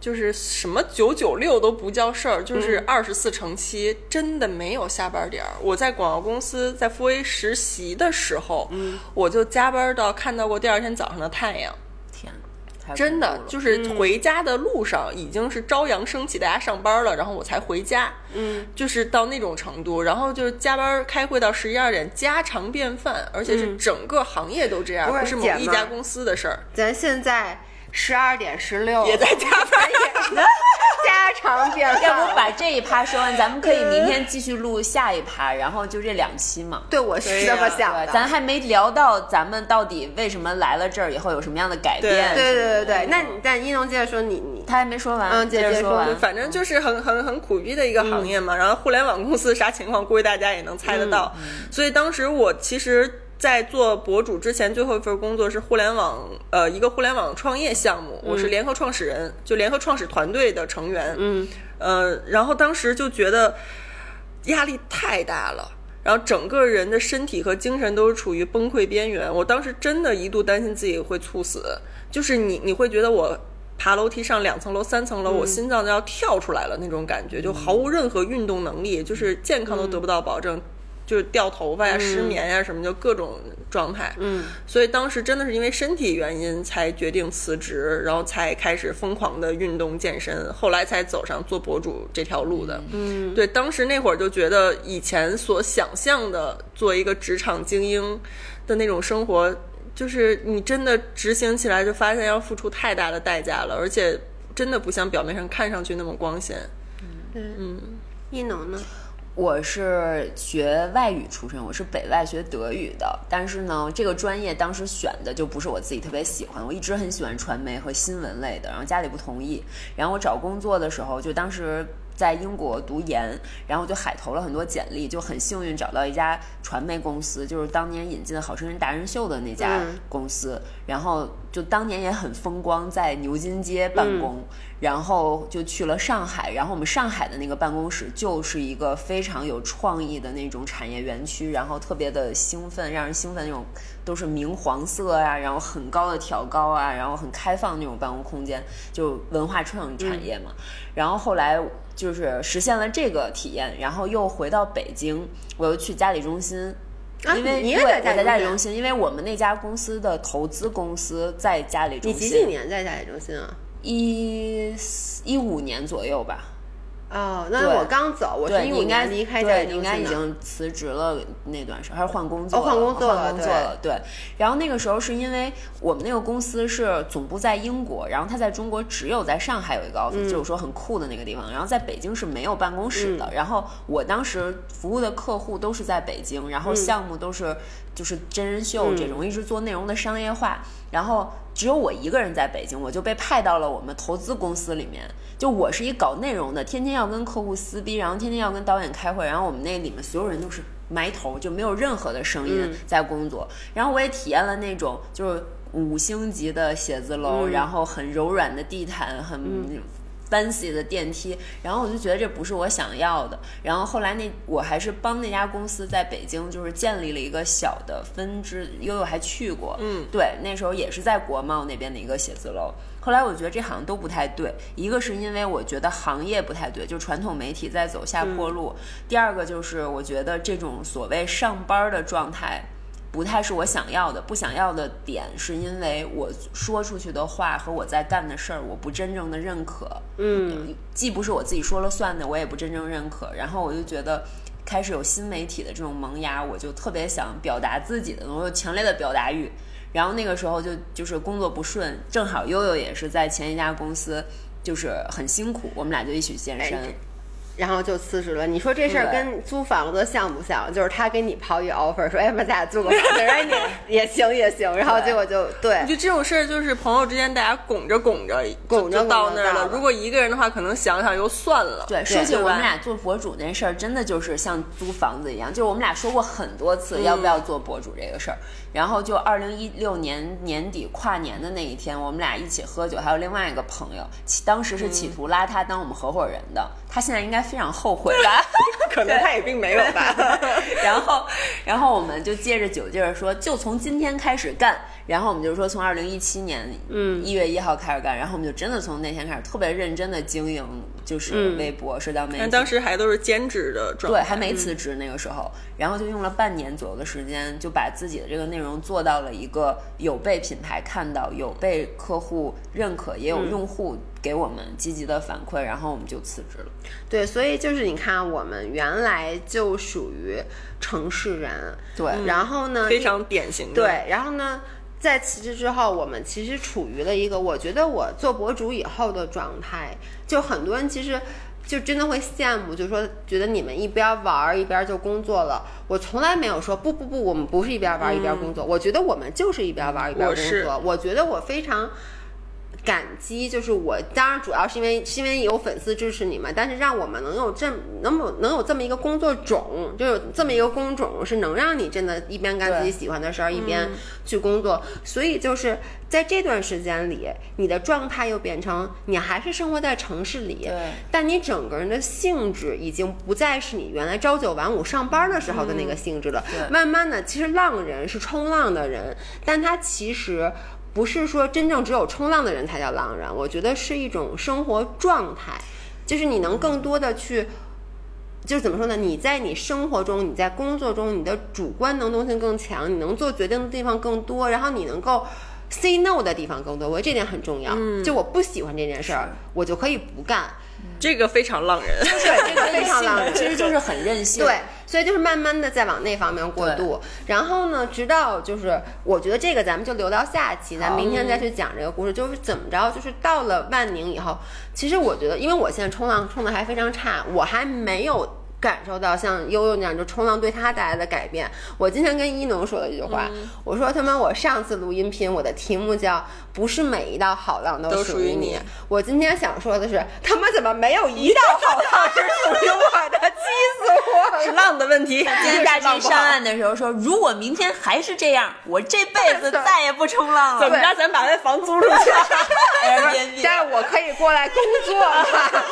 [SPEAKER 3] 就是什么九九六都不叫事儿，就是二十四乘七，真的没有下班点儿。我在广告公司在富 A 实习的时候，我就加班到看到过第二天早上的太阳。
[SPEAKER 2] 天，啊太
[SPEAKER 3] 真
[SPEAKER 2] 恐
[SPEAKER 3] 的
[SPEAKER 2] 怖了
[SPEAKER 3] 就是回家的路上已经是朝阳升起，大家上班了，然后我才回家，嗯，就是到那种程度，然后就是加班开会到十一二点，家常便饭，而且是整个行业都这样，
[SPEAKER 1] 不是
[SPEAKER 3] 不是某
[SPEAKER 1] 姐们
[SPEAKER 3] 一
[SPEAKER 1] 儿
[SPEAKER 3] 家公司的事儿，
[SPEAKER 1] 咱现在十二点十六
[SPEAKER 3] 也在加 <laughs> 班。
[SPEAKER 1] <laughs> 家常便饭。
[SPEAKER 2] 要不把这一趴说完，咱们可以明天继续录下一趴，然后就这两期嘛。
[SPEAKER 1] 对我是这么想
[SPEAKER 2] 对
[SPEAKER 1] 的。
[SPEAKER 2] 吧，咱还没聊到咱们到底为什么来了这儿以后有什么样的改变。
[SPEAKER 1] 对对对对，
[SPEAKER 2] 嗯
[SPEAKER 1] 那你但一农接着说你你
[SPEAKER 2] 他还没说完，
[SPEAKER 1] 嗯姐
[SPEAKER 2] 接着
[SPEAKER 1] 姐
[SPEAKER 2] 说
[SPEAKER 1] 说
[SPEAKER 2] 完
[SPEAKER 1] 对。
[SPEAKER 2] 嗯
[SPEAKER 3] 反正就是很很很苦逼的一个行业嘛。然后互联网公司啥情况，估计大家也能猜得到。
[SPEAKER 2] 嗯
[SPEAKER 3] 所以当时我其实。在做博主之前，最后一份工作是互联网，呃，一个互联网创业项目，我是
[SPEAKER 2] 嗯
[SPEAKER 3] 联合创始人，就联合创始团队的成员。嗯，呃，然后当时就觉得压力太大了，然后整个人的身体和精神都是处于崩溃边缘。我当时真的一度担心自己会猝死，就是你你会觉得我爬楼梯上两层楼、三层楼，我心脏都要跳出来了那种感觉，就毫无任何运动能力，就是健康都得不到保证。就是掉头发呀、失眠呀什么，就各种状态。嗯，所以当时真的是因为身体原因才决定辞职，然后才开始疯狂的运动健身，后来才走上做博主这条路的。嗯，对，当时那会儿就觉得以前所想象的做一个职场精英的那种生活，就是你真的执行起来就发现要付出太大的代价了，而且真的不像表面上看上去那么光鲜。
[SPEAKER 1] 一农呢？
[SPEAKER 2] 我是学外语出身，我是北外学德语的。但是呢，这个专业当时选的就不是我自己特别喜欢。我一直很喜欢传媒和新闻类的，然后家里不同意。然后我找工作的时候，就当时在英国读研，然后就海投了很多简历，就很幸运找到一家传媒公司，就是当年引进《好声音》达人秀的那家
[SPEAKER 1] 嗯
[SPEAKER 2] 公司。然后就当年也很风光，在牛津街办公。
[SPEAKER 1] 嗯
[SPEAKER 2] 然后就去了上海，然后我们上海的那个办公室就是一个非常有创意的那种产业园区，然后特别的兴奋，让人兴奋那种，都是明黄色啊，然后很高的挑高啊，然后很开放那种办公空间，就文化创意产业
[SPEAKER 1] 嗯
[SPEAKER 2] 嘛。然后后来就是实现了这个体验，然后又回到北京，我又去嘉里中心。
[SPEAKER 1] 啊
[SPEAKER 2] 因为
[SPEAKER 1] 你也
[SPEAKER 2] 对
[SPEAKER 1] 在
[SPEAKER 2] 我
[SPEAKER 1] 嘉里
[SPEAKER 2] 在嘉里
[SPEAKER 1] 中
[SPEAKER 2] 中心，因为我们那家公司的投资公司在嘉里中
[SPEAKER 1] 你
[SPEAKER 2] 心。
[SPEAKER 1] 几几年在家里中心啊？
[SPEAKER 2] 一一五年左右吧。
[SPEAKER 1] 哦，那
[SPEAKER 2] 对
[SPEAKER 1] 我刚走，我是
[SPEAKER 2] 对，
[SPEAKER 1] 一
[SPEAKER 2] 你
[SPEAKER 1] 五
[SPEAKER 2] 应该
[SPEAKER 1] 年离开家
[SPEAKER 2] 对，
[SPEAKER 1] 里
[SPEAKER 2] 你
[SPEAKER 1] 中
[SPEAKER 2] 应该已
[SPEAKER 1] 心的。
[SPEAKER 2] 经辞职了那段时间，还是换工作
[SPEAKER 1] 哦
[SPEAKER 2] 了？
[SPEAKER 1] 换工作了
[SPEAKER 2] 换工作了。对，然后那个时候是因为我们那个公司是总部在英国，然后它在中国只有在上海有一个 office，、就是说很酷的那个地方，然后在北京是没有办公室的。然后我当时服务的客户都是在北京，然后项目都是就是真人秀这种，一直做内容的商业化，然后。只有我一个人在北京，我就被派到了我们投资公司里面。就我是一搞内容的，天天要跟客户撕逼，然后天天要跟导演开会，然后我们那里面所有人都是埋头，就没有任何的声音在工作。然后我也体验了那种就是五星级的写字楼，然后很柔软的地毯，很。 fancy 的电梯，然后我就觉得这不是我想要的。然后后来那我还是帮那家公司在北京就是建立了一个小的分支，悠悠还去过，
[SPEAKER 3] 嗯，
[SPEAKER 2] 对，那时候也是在国贸那边的一个写字楼。后来我觉得这好像都不太对，一个是因为我觉得行业不太对，就传统媒体在走下坡路；第二个就是我觉得这种所谓上班的状态。不太是我想要的，不想要的点是因为我说出去的话和我在干的事儿，我不真正的认可，
[SPEAKER 1] 嗯，
[SPEAKER 2] 既不是我自己说了算的，我也不真正认可。然后我就觉得开始有新媒体的这种萌芽，我就特别想表达自己的，我有强烈的表达欲。然后那个时候就就是工作不顺，正好悠悠也是在前一家公司，就是很辛苦，我们俩就一起健身。
[SPEAKER 1] 哎然后就辞职了。你说这事儿跟租房子像不像？就是他给你抛一个 offer，说：“哎，要不然咱俩租个房子？”然后
[SPEAKER 2] <laughs>
[SPEAKER 1] 你也行也行。然后结果就对
[SPEAKER 3] 我觉得这种事儿就是朋友之间大家拱着拱着，
[SPEAKER 1] 拱着
[SPEAKER 3] 就就到
[SPEAKER 1] 拱着
[SPEAKER 3] 那儿
[SPEAKER 1] 到
[SPEAKER 3] 了。
[SPEAKER 1] 了
[SPEAKER 3] 如果一个人的话，可能想想又算了。
[SPEAKER 2] 对，说起
[SPEAKER 1] 对
[SPEAKER 2] 我们
[SPEAKER 1] 吧
[SPEAKER 2] 俩做博主那事儿，真的就是像租房子一样，就是我们俩说过很多次要不要做博主这个事儿。然后就二零一六年年底跨年的那一天，我们俩一起喝酒，还有另外一个朋友，企当时是企图拉他当我们合伙人的，他现在应该非常后悔吧。 <laughs>
[SPEAKER 3] 可能他也并没有吧。
[SPEAKER 2] 然后，然后我们就借着酒劲儿说，就从今天开始干。然后我们就说从二零一七年嗯一月一号开始干。然后我们就真的从那天开始特别认真的经营，就是微博、社交媒体。
[SPEAKER 3] 但当时还都是兼职的状
[SPEAKER 2] 对，
[SPEAKER 3] 态，
[SPEAKER 2] 还没辞职那个时候，然后就用了半年左右的时间，就把自己的这个内容做到了一个有被品牌看到、有被客户认可，也
[SPEAKER 3] 嗯
[SPEAKER 2] 有用户给我们积极的反馈，然后我们就辞职了。
[SPEAKER 1] 对，所以就是你看，我们原来就属于城市人，
[SPEAKER 2] 对，
[SPEAKER 1] 然后呢，
[SPEAKER 3] 非常典型的。
[SPEAKER 1] 对，然后呢，在辞职之后，我们其实处于了一个我觉得我做博主以后的状态，就很多人其实。就真的会羡慕，就说觉得你们一边玩儿一边就工作了。我从来没有说不不不，我们不是一边玩儿一边工作。我觉得我们就是一边玩儿一边
[SPEAKER 3] 嗯我
[SPEAKER 1] 工
[SPEAKER 3] 是
[SPEAKER 1] 作。我觉得我非常感激，就是我当然主要是因为是因为有粉丝支持你们，但是让我们能有这能有能有这么一个工作种，就有这么一个工种是能让你真的一边干自己喜欢的事儿，一边去工作，所以就是。在这段时间里，你的状态又变成你还是生活在城市里
[SPEAKER 2] 对，
[SPEAKER 1] 但你整个人的性质已经不再是你原来朝九晚五上班的时候的那个性质了。
[SPEAKER 2] 嗯对
[SPEAKER 1] 慢慢的，其实浪人是冲浪的人，但他其实不是说真正只有冲浪的人才叫浪人，我觉得是一种生活状态，就是你能更多的去。就是怎么说呢？你在你生活中，你在工作中，你的主观能动性更强，你能做决定的地方更多，然后你能够 say no 的地方更多。我觉得这点很重要。
[SPEAKER 2] 嗯
[SPEAKER 1] 就我不喜欢这件事儿，我就可以不干。
[SPEAKER 3] 这个非常浪人。
[SPEAKER 2] 对，这个
[SPEAKER 1] 非常浪人
[SPEAKER 2] 其实就是很任性。
[SPEAKER 1] 对，所以就是慢慢的在往那方面过渡，然后呢，直到就是我觉得这个咱们就留到下期，咱们明天再去讲这个故事，就是怎么着，就是到了万宁以后，其实我觉得，因为我现在冲浪冲的还非常差，我还没有。感受到像悠悠那样，就冲浪对他带来的改变。我今天跟一农说了一句话，
[SPEAKER 2] 嗯
[SPEAKER 1] 我说他妈，我上次录音频，我的题目叫“不是每一道好浪
[SPEAKER 3] 都
[SPEAKER 1] 都
[SPEAKER 3] 呃属
[SPEAKER 1] 属
[SPEAKER 3] 于
[SPEAKER 1] 于
[SPEAKER 3] 你
[SPEAKER 1] 你”，我今天想说的是，他妈怎么没有一道好浪是属于我的？气死我了！
[SPEAKER 3] 是浪的问 <laughs> 题，
[SPEAKER 2] 今天大
[SPEAKER 1] 浪
[SPEAKER 2] 志
[SPEAKER 1] 不好
[SPEAKER 2] 上岸的时候说，如果明天还是这样，我这辈
[SPEAKER 3] <laughs>
[SPEAKER 2] 子再也不冲浪
[SPEAKER 3] 怎
[SPEAKER 2] 了。
[SPEAKER 3] 么着？咱把那房租出去。
[SPEAKER 2] <laughs>
[SPEAKER 3] <laughs>
[SPEAKER 2] Airbnb
[SPEAKER 1] 但是我可以过来工作了。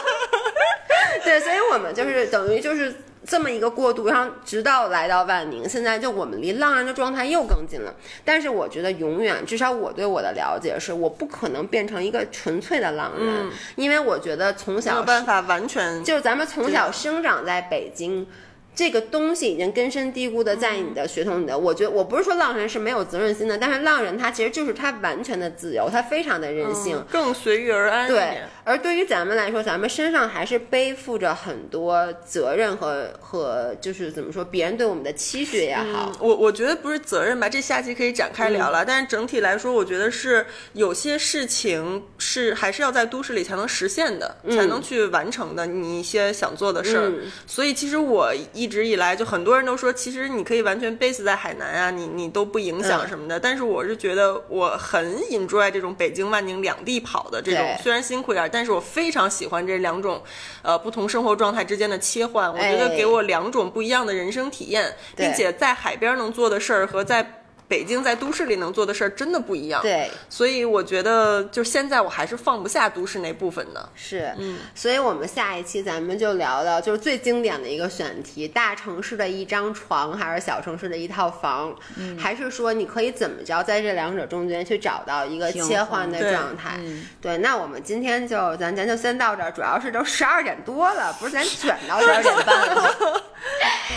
[SPEAKER 1] <laughs> 对，所以我们就是等于就是这么一个过渡，然后直到来到万宁，现在就我们离浪人的状态又更近了。但是我觉得永远，至少我对我的了解是，我不可能变成一个纯粹的浪人，因为我觉得从
[SPEAKER 3] 嗯没
[SPEAKER 1] 小
[SPEAKER 3] 有办法完全
[SPEAKER 1] 就是咱们从小生长在北京，这个东西已经根深蒂固的在你的血统里的。我觉得我不是说浪人是没有责任心的，但是浪人他其实就是他完全的自由，他非常的任性。
[SPEAKER 3] 更随遇而安
[SPEAKER 1] 嗯
[SPEAKER 3] 一
[SPEAKER 1] 对
[SPEAKER 3] 点。，
[SPEAKER 1] 而对于咱们来说，咱们身上还是背负着很多责任和和就是怎么说，别人对我们的期许也好，
[SPEAKER 3] 我我觉得不是责任吧，这下期可以展开聊
[SPEAKER 1] 嗯
[SPEAKER 3] 了。但是整体来说，我觉得是有些事情是还是要在都市里才能实现的，才能去完成的。你一些想做的事儿，
[SPEAKER 1] 嗯
[SPEAKER 3] 所以其实我一直以来就很多人都说，其实你可以完全 base 在海南啊，你你都不影
[SPEAKER 1] 嗯
[SPEAKER 3] 响什么的。但是我是觉得我很 enjoy 这种北京万宁两地跑的这种
[SPEAKER 1] 对，
[SPEAKER 3] 虽然辛苦一点儿，但是我非常喜欢这两种呃不同生活状态之间的切换。我觉得
[SPEAKER 1] 哎
[SPEAKER 3] 给我两种不一样的人生体验，
[SPEAKER 1] 对
[SPEAKER 3] 并且在海边能做的事儿和在北京在都市里能做的事儿真的不一样。
[SPEAKER 1] 对，
[SPEAKER 3] 所以我觉得，就现在我还是放不下都市那部分的。
[SPEAKER 1] 是，
[SPEAKER 2] 嗯
[SPEAKER 1] 所以我们下一期咱们就聊聊，就是最经典的一个选题：大城市的一张床，还是小城市的一套房？
[SPEAKER 2] 嗯
[SPEAKER 1] 还是说你可以怎么着，在这两者中间去找到一个
[SPEAKER 2] 平
[SPEAKER 1] 切
[SPEAKER 2] 衡嗯
[SPEAKER 1] 换的
[SPEAKER 3] 对
[SPEAKER 1] 状态？对，那我们今天就咱咱就先到这儿，主要是都十二点多了，不是咱卷到十
[SPEAKER 2] 十
[SPEAKER 1] 二
[SPEAKER 2] 二
[SPEAKER 1] 点
[SPEAKER 2] 点半 <laughs> 了，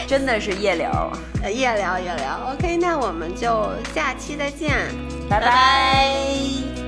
[SPEAKER 2] 真的是夜聊，啊
[SPEAKER 1] 呃夜聊夜聊。OK，那我们就下期再见。
[SPEAKER 2] 拜拜